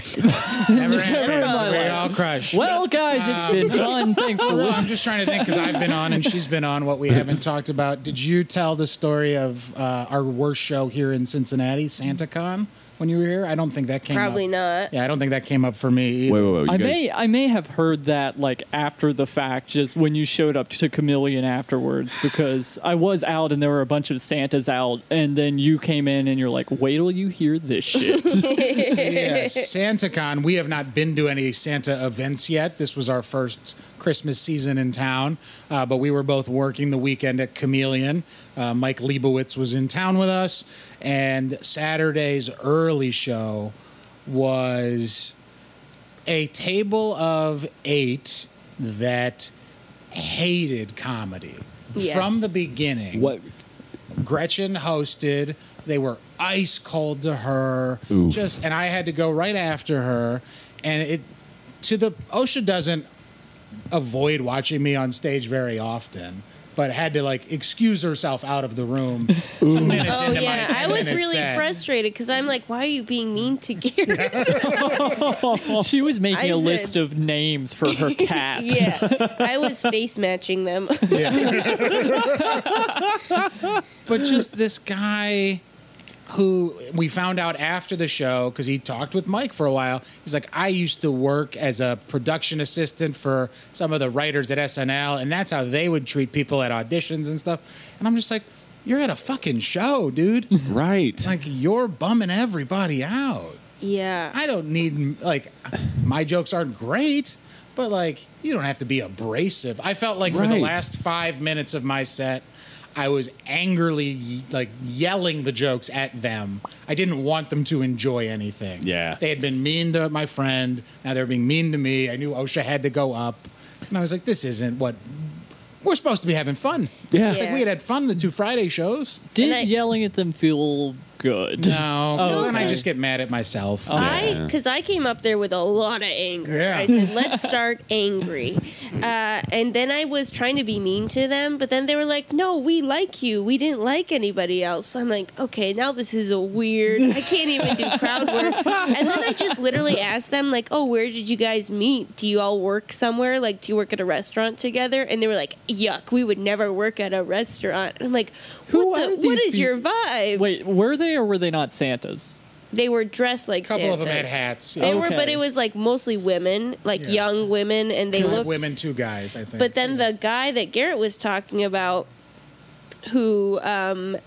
C: Never happened.
B: my
C: We
B: life.
C: all crush.
B: Well, guys, it's been fun. Thanks
A: Oh,
B: for
C: Well,
B: listening.
C: I'm just trying to think because I've been on and she's been on. What we haven't talked about. Did you tell the story of uh, our worst show here in Cincinnati, SantaCon, when you were here? I don't think that came.
D: Probably
C: up.
D: not.
C: Yeah, I don't think that came up for me.
A: Wait,
C: either.
A: wait, wait. You
B: I
A: guys,
B: may I may have heard that like after the fact, just when you showed up to Chameleon afterwards, because I was out and there were a bunch of Santas out, and then you came in and you're like, "Wait till you hear this shit."
C: yeah, SantaCon. We have not been to any Santa events yet. This was our first Christmas season in town, uh, but we were both working the weekend at Chameleon. Uh, Mike Leibowitz was in town with us, and Saturday's early show was a table of eight that hated comedy
D: Yes.
C: from the beginning.
A: what?
C: Gretchen hosted. They were ice cold to her.
A: Oof.
C: Just and I had to go right after her, and it to the OSHA doesn't avoid watching me on stage very often, but had to like excuse herself out of the room. two minutes
D: Oh
C: into my
D: yeah, I was
C: 10-minute
D: really
C: set.
D: frustrated because I'm like, "Why are you being mean to Garrett?"
B: she was making a
D: I said-
B: list of names for her cat.
D: yeah, I was face matching them.
C: but just this guy who we found out after the show because he talked with Mike for a while. He's like, I used to work as a production assistant for some of the writers at SNL, and that's how they would treat people at auditions and stuff. And I'm just like, you're at a fucking show, dude.
A: Right.
C: like, you're bumming everybody out.
D: yeah,
C: I don't need like my jokes aren't great, but like you don't have to be abrasive. I felt like for the
A: Right.
C: last five minutes of my set, I was angrily ye- like yelling the jokes at them. I didn't want them to enjoy anything.
A: Yeah.
C: they had been mean to my friend. Now they're being mean to me. I knew OSHA had to go up, and I was like, this isn't what. We're supposed to be having fun.
A: Yeah.
C: It's like
D: Yeah.
C: we had had fun the two Friday shows.
B: Did
D: And I-
B: yelling at them feel good?
C: No, 'cause then I
D: Oh, okay. Oh.
C: just get mad at myself.
D: I
A: Yeah.
D: because I came up there with a lot of anger.
C: Yeah.
D: I said, "Let's start angry," uh, and then I was trying to be mean to them, but then they were like, "No, we like you. We didn't like anybody else." So I'm like, "Okay, now this is a weird. I can't even do crowd work." And then I just literally asked them, like, "Oh, where did you guys meet? Do you all work somewhere? Like, do you work at a restaurant together?" And they were like, "Yuck, we would never work at a restaurant." And I'm like,
B: Who
D: "What?
B: are
D: the, what
B: these
D: is your
B: people?"
D: vibe?"
B: Wait, were they or were they not Santas?
D: They were dressed like
C: couple of them had
D: Santas.
C: hats.
D: They were,
B: Okay.
D: but it was like mostly women, like
C: Yeah.
D: young women, and they
C: Like
D: looked
C: women, two guys, I think.
D: But then the guy that Garrett was talking about, who um,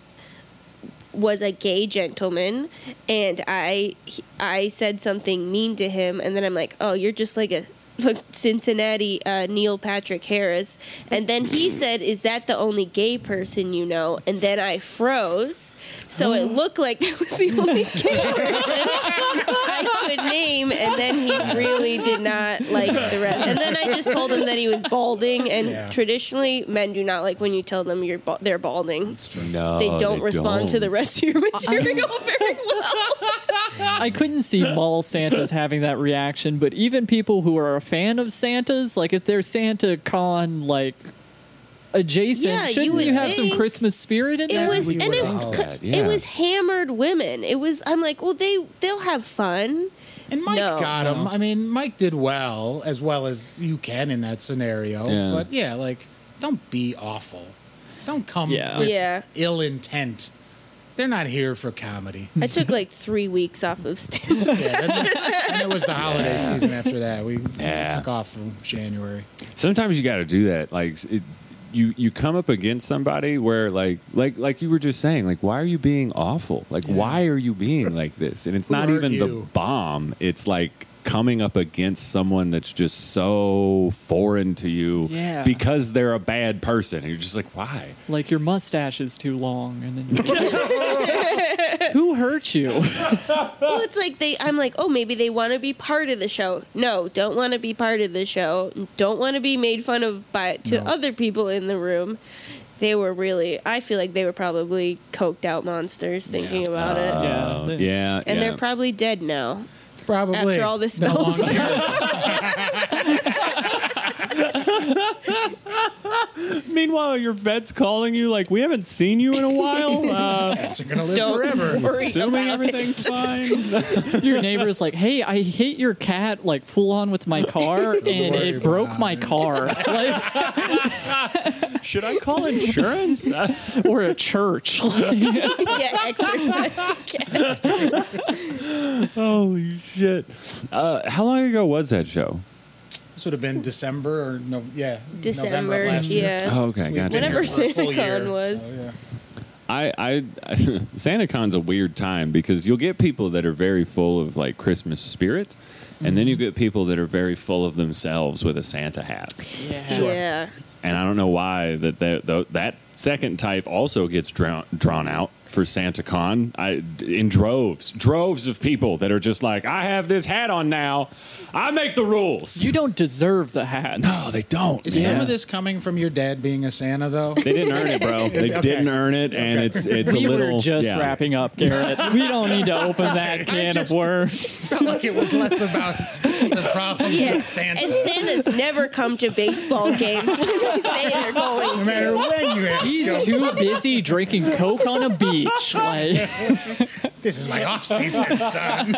D: was a gay gentleman, and I he- I said something mean to him, and then I'm like, oh, you're just like a like Cincinnati uh, Neil Patrick Harris, and then he said, "Is that the only gay person you know?" And then I froze, so it looked like that was the only gay person I could name, and then he really did not like the rest. And then I just told him that he was balding, and
C: Yeah.
D: traditionally men do not like when you tell them you're ba- they're balding.
A: No,
D: Oh, They don't respond to the rest of your material very well.
B: I couldn't see mall Santas having that reaction, but even people who are a fan of Santas, like if they're Santa con like adjacent,
D: Yeah, you
B: shouldn't you,
D: would
B: have some
D: think-
B: Christmas spirit in
D: It
B: there?
D: was
C: we
D: and
C: would
D: it,
C: think
D: co-
A: that, yeah.
D: it was hammered women. It was I'm like, well, they they'll have fun.
C: and Mike
D: No.
C: got him. I mean, Mike did well as well as you can in that scenario.
A: Yeah.
C: But yeah, like don't be awful. Don't come
B: Yeah.
C: with
D: Yeah.
C: ill intent. They're not here for comedy.
D: I took like three weeks off of stand.
C: Yeah, then- and it was the holiday season after that. We
A: Yeah.
C: took off from January.
A: Sometimes you got to do that. Like it, you you come up against somebody where like like like you were just saying like why are you being awful? Like why are you being like this? And it's
C: Who
A: not
C: hurt
A: even
C: you?
A: the bomb. It's like coming up against someone that's just so foreign to you
B: Yeah.
A: because they're a bad person. And you're just like why?
B: like your mustache is too long, and then you who hurt you?
D: well, it's like they. I'm like, oh, maybe they want to be part of the show. No, don't want to be part of the show. Don't want to be made fun of by to
C: No.
D: other people in the room. They were really. I feel like they were probably coked out monsters thinking
C: Yeah.
D: about it.
B: yeah,
A: Oh,
B: then-
A: yeah,
D: And
A: yeah.
D: they're probably dead now.
C: Probably
D: After all the
C: the
D: spells.
C: long hair.
A: Meanwhile, your vet's calling you like we haven't seen you in a while. Uh,
C: Cats are gonna live
D: Don't
C: forever.
D: worry.
A: assuming
D: about it.
A: everything's fine.
B: your neighbor's like, "Hey, I hit your cat like full on with my car, and
C: worry
B: it broke
C: about
B: my
C: it."
B: car." Like,
A: Should I call insurance? Uh,
B: or a church.
D: yeah, exercise. the cat.
A: holy shit! Uh, how long ago was that show?
C: This would have been December or no, yeah, November
D: December.
C: of last year.
D: Yeah.
A: Oh, okay,
C: We've
A: gotcha.
C: been
D: Whenever
C: here for a full
D: SantaCon
C: year,
D: was.
C: so, yeah.
A: I, I, SantaCon's a weird time because you'll get people that are very full of like Christmas spirit, and then you get people that are very full of themselves with a Santa hat.
C: Sure.
D: Yeah.
A: And I don't know why that that, tho- that second type also gets drawn drawn out for SantaCon I, in droves, droves of people that are just like, I have this hat on now, I make the rules.
B: You don't deserve the hat.
A: No, they don't.
C: Is
A: man.
C: some
B: Yeah.
C: of this coming from your dad being a Santa though?
A: They didn't earn it, bro. They
C: Okay.
A: didn't earn it, and it's it's
B: we
A: a little
B: were just
A: yeah.
B: wrapping up, Garrett. we don't need to open that can
C: just-
B: of worms.
C: felt like it was less about the problems
D: Yeah.
C: with Santa.
D: And Santa's never come to baseball games when they say they're
C: no
D: going
C: matter
D: to.
C: when you ask
B: He's
C: him,
B: too busy drinking coke on a beach. Like,
C: this is my off season, son.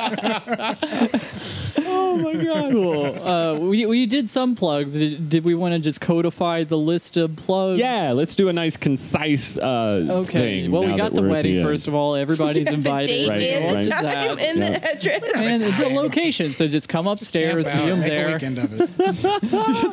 B: oh my god! Cool. Uh, we we did some plugs. Did, did we want to just codify the list of plugs?
A: Yeah, let's do a nice concise uh
B: Okay.
A: thing
B: well, we
A: now
B: got
A: that
B: the
A: we're at
B: wedding
A: end.
B: first of all. Everybody's
D: The
B: invited.
D: date
A: Right,
D: and the
A: right.
D: time
B: Exactly.
D: and
A: Yep.
D: the address.
B: And the location. So just come upstairs,
C: Camp
B: see
C: out,
B: them
C: make A
B: there.
C: weekend of it.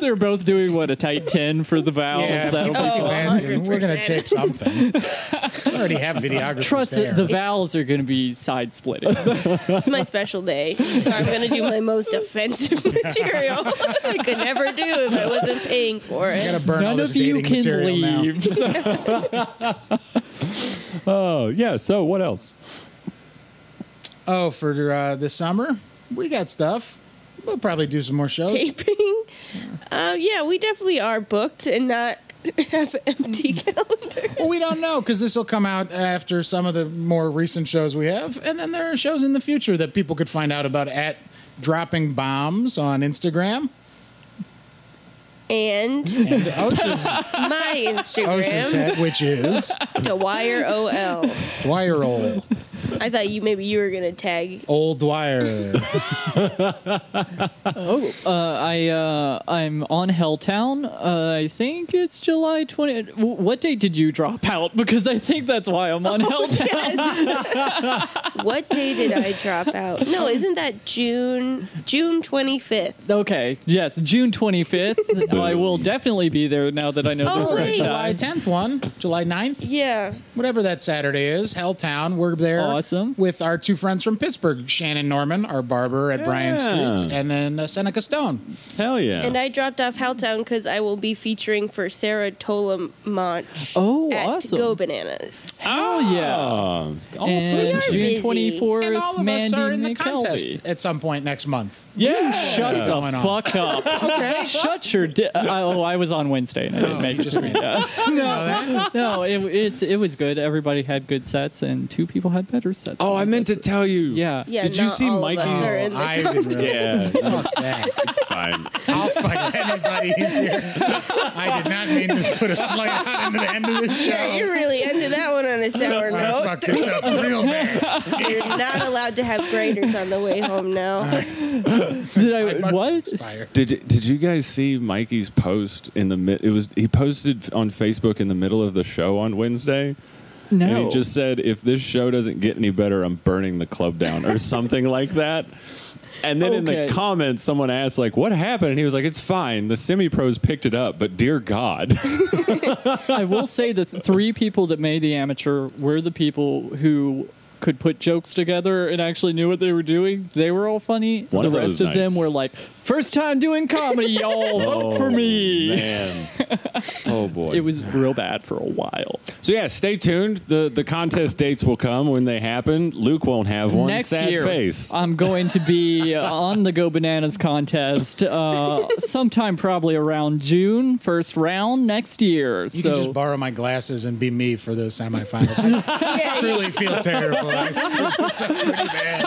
B: They're both doing what a tight ten for the vowels.
C: Yeah,
B: That'll be
C: people keep
D: fun.
C: asking, we're gonna
D: 100%.
C: tape something. We already have videographers
B: Trust
C: there.
B: it, the vowels are going to be side splitting.
D: It's my special day, so I'm gonna do my most offensive material I could never do if I wasn't paying for
C: I
D: it.
C: gotta burn all
B: None
C: this
B: of you
C: dating
B: can
C: material
B: leave. So uh,
A: Oh, yeah. So what else?
C: now. Oh, for uh, this summer, we got stuff. We'll probably do some more shows.
D: Taping. Uh, yeah, we definitely are booked and not have empty calendar.
C: Well, we don't know because this will come out after some of the more recent shows we have, and then there are shows in the future that people could find out about at dropping bombs on Instagram
D: And
C: and OSHA's,
D: my
C: OSHA's
D: Instagram,
C: tag, which is
D: Dwyer OL.
C: Dwyer Oil.
D: I thought you maybe you were gonna tag.
C: Old Dwyer.
B: Oh, uh, I uh, I'm on Helltown. Uh, I think it's July 20. w- What date did you drop out? Because I think that's why I'm
C: Oh,
B: on Helltown.
D: What day did I drop out? No, isn't that June June twenty fifth?
B: Okay, yes, June 25th. I will definitely be there now that I know
D: Oh,
B: the
D: wait.
B: franchise.
C: July 10th one, July 9th,
D: Yeah.
C: whatever that Saturday is, Helltown. We're there
B: Awesome.
C: with our two friends from Pittsburgh, Shannon Norman, our barber at Bryan
A: Yeah.
C: Street, and then uh, Seneca Stone.
A: Hell yeah.
D: And I dropped off Helltown because I will be featuring for Sarah Tolamont
B: Oh,
D: at
B: awesome.
D: Go Bananas.
A: Ah,
B: Oh, yeah.
A: Um, all
B: And
A: sorts of shit.
D: busy.
B: June 24th,
C: and all of
B: Mandy
C: us are in the contest
B: McKelvey.
C: at some point next month.
A: yeah.
B: Shut
C: going
B: the
C: on.
B: fuck up.
C: Okay.
B: Shut your di- I, oh, I was on Wednesday and I didn't
C: Oh,
B: make
C: you just made that.
B: it. No, it, it's, it was good. Everybody had good sets and two people had better sets.
A: Oh, I meant to tell you.
B: Yeah.
D: Yeah.
A: Did you
D: not
A: see
D: all of us
A: Mikey's-
D: are in the
C: I
D: con-
C: didn't really.
A: Yeah.
C: Fuck that.
A: It's fine.
C: I'll fight anybody who's here. I did not mean to put a slight out into the end of this
D: Yeah,
C: show.
D: you really ended that one on a sour
C: I
D: note.
C: fucked this up real bad.
D: You're not allowed to have graders on the way home now.
B: Did
C: I
B: I,
C: must
B: what?
C: expire.
A: Did you, did you guys see Mikey's post in the mid? It was he posted on Facebook in the middle of the show on Wednesday,
B: No.
A: and he just said, "If this show doesn't get any better, I'm burning the club down" or something like that. And then in the
B: Okay.
A: comments, someone asked, "Like, what happened?" And he was like, "It's fine. The semi pros picked it up, but dear God,
B: I will say the th- three people that made the amateur were the people who could put jokes together and actually knew what they were doing. They were all funny.
A: One
B: the
A: of
B: rest
A: those
B: of them
A: nights. Oh,
B: were like, first time doing comedy, y'all, vote for me.
A: man, oh boy."
B: It was real bad for a while.
A: so yeah, stay tuned. the The contest dates will come when they happen. Luke won't have one.
B: Next
A: Sad
B: year, Uh,
A: face.
B: I'm going to be uh, on the Go Bananas contest uh, sometime probably around June, first round next year.
C: You
B: so
C: can just borrow my glasses and be me for the semifinals. I truly feel terrible. I screwed this up pretty bad.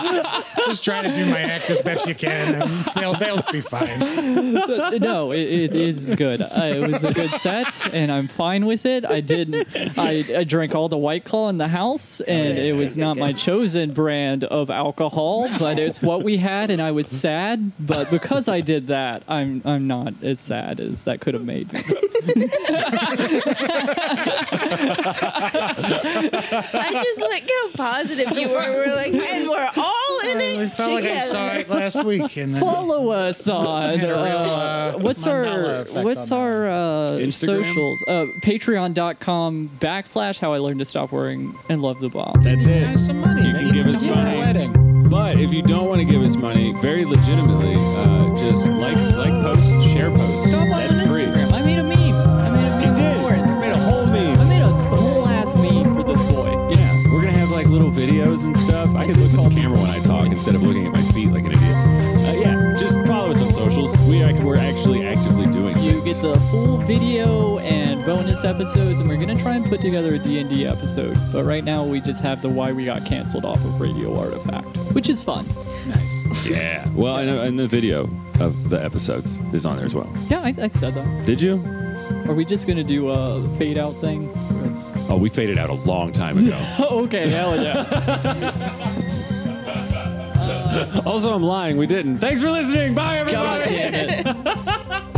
C: Just try to do my act as best you can, and they'll, they'll be fine.
B: uh, no, it, it is good. Uh, it was a good set, and I'm fine with it. I did. I, I drank all the White Claw in the house, and it was not my chosen brand of alcohol, but it's what we had, and I was sad. But because I did that, I'm I'm not as sad as that could have made me.
D: I just like how positive you were. We're like, and we're all in
C: I
D: it
C: felt like I saw
D: together.
C: it last week, and then
B: Follow us on.
C: had a real,
B: uh,
C: uh,
B: What's
C: Mandela
B: our
C: effect
B: what's
C: on that.
B: our uh,
A: Instagram?
B: socials? Uh, Patreon.com backslash How I Learned to Stop Worrying and Love the Bomb.
A: That's it.
C: Guys, some money.
A: You
C: They
A: can give us
C: come to our
A: money.
C: Wedding.
A: But if you don't want to give us money, very legitimately, uh, just like like posts, share posts.
B: Stop on
A: That's free.
B: Instagram. I made a meme. I made a
A: You
B: meme
A: did.
B: for
A: You
B: it.
A: made a whole
B: I
A: meme.
B: made a whole ass meme for this boy.
A: Yeah, we're gonna have like little videos and stuff. I could look at the camera when I talk instead of looking at my feet like an idiot. Uh, yeah, just follow us on socials. We act, we're actually actively doing.
B: You get
A: things.
B: the full video and bonus episodes, and we're gonna try and put together a D&D episode. But right now, we just have the why we got canceled off of Radio Artifact, which is fun.
C: Nice.
A: yeah. Well, and, uh, and the video of the episodes is on there as well.
B: Yeah, I, I said that.
A: Did you?
B: Are we just gonna do a fade out thing? It's-
A: Oh, we faded out a long time ago.
B: Oh, okay, hell yeah.
A: also, I'm lying. We didn't. Thanks for listening. Bye, everybody.
B: God damn it.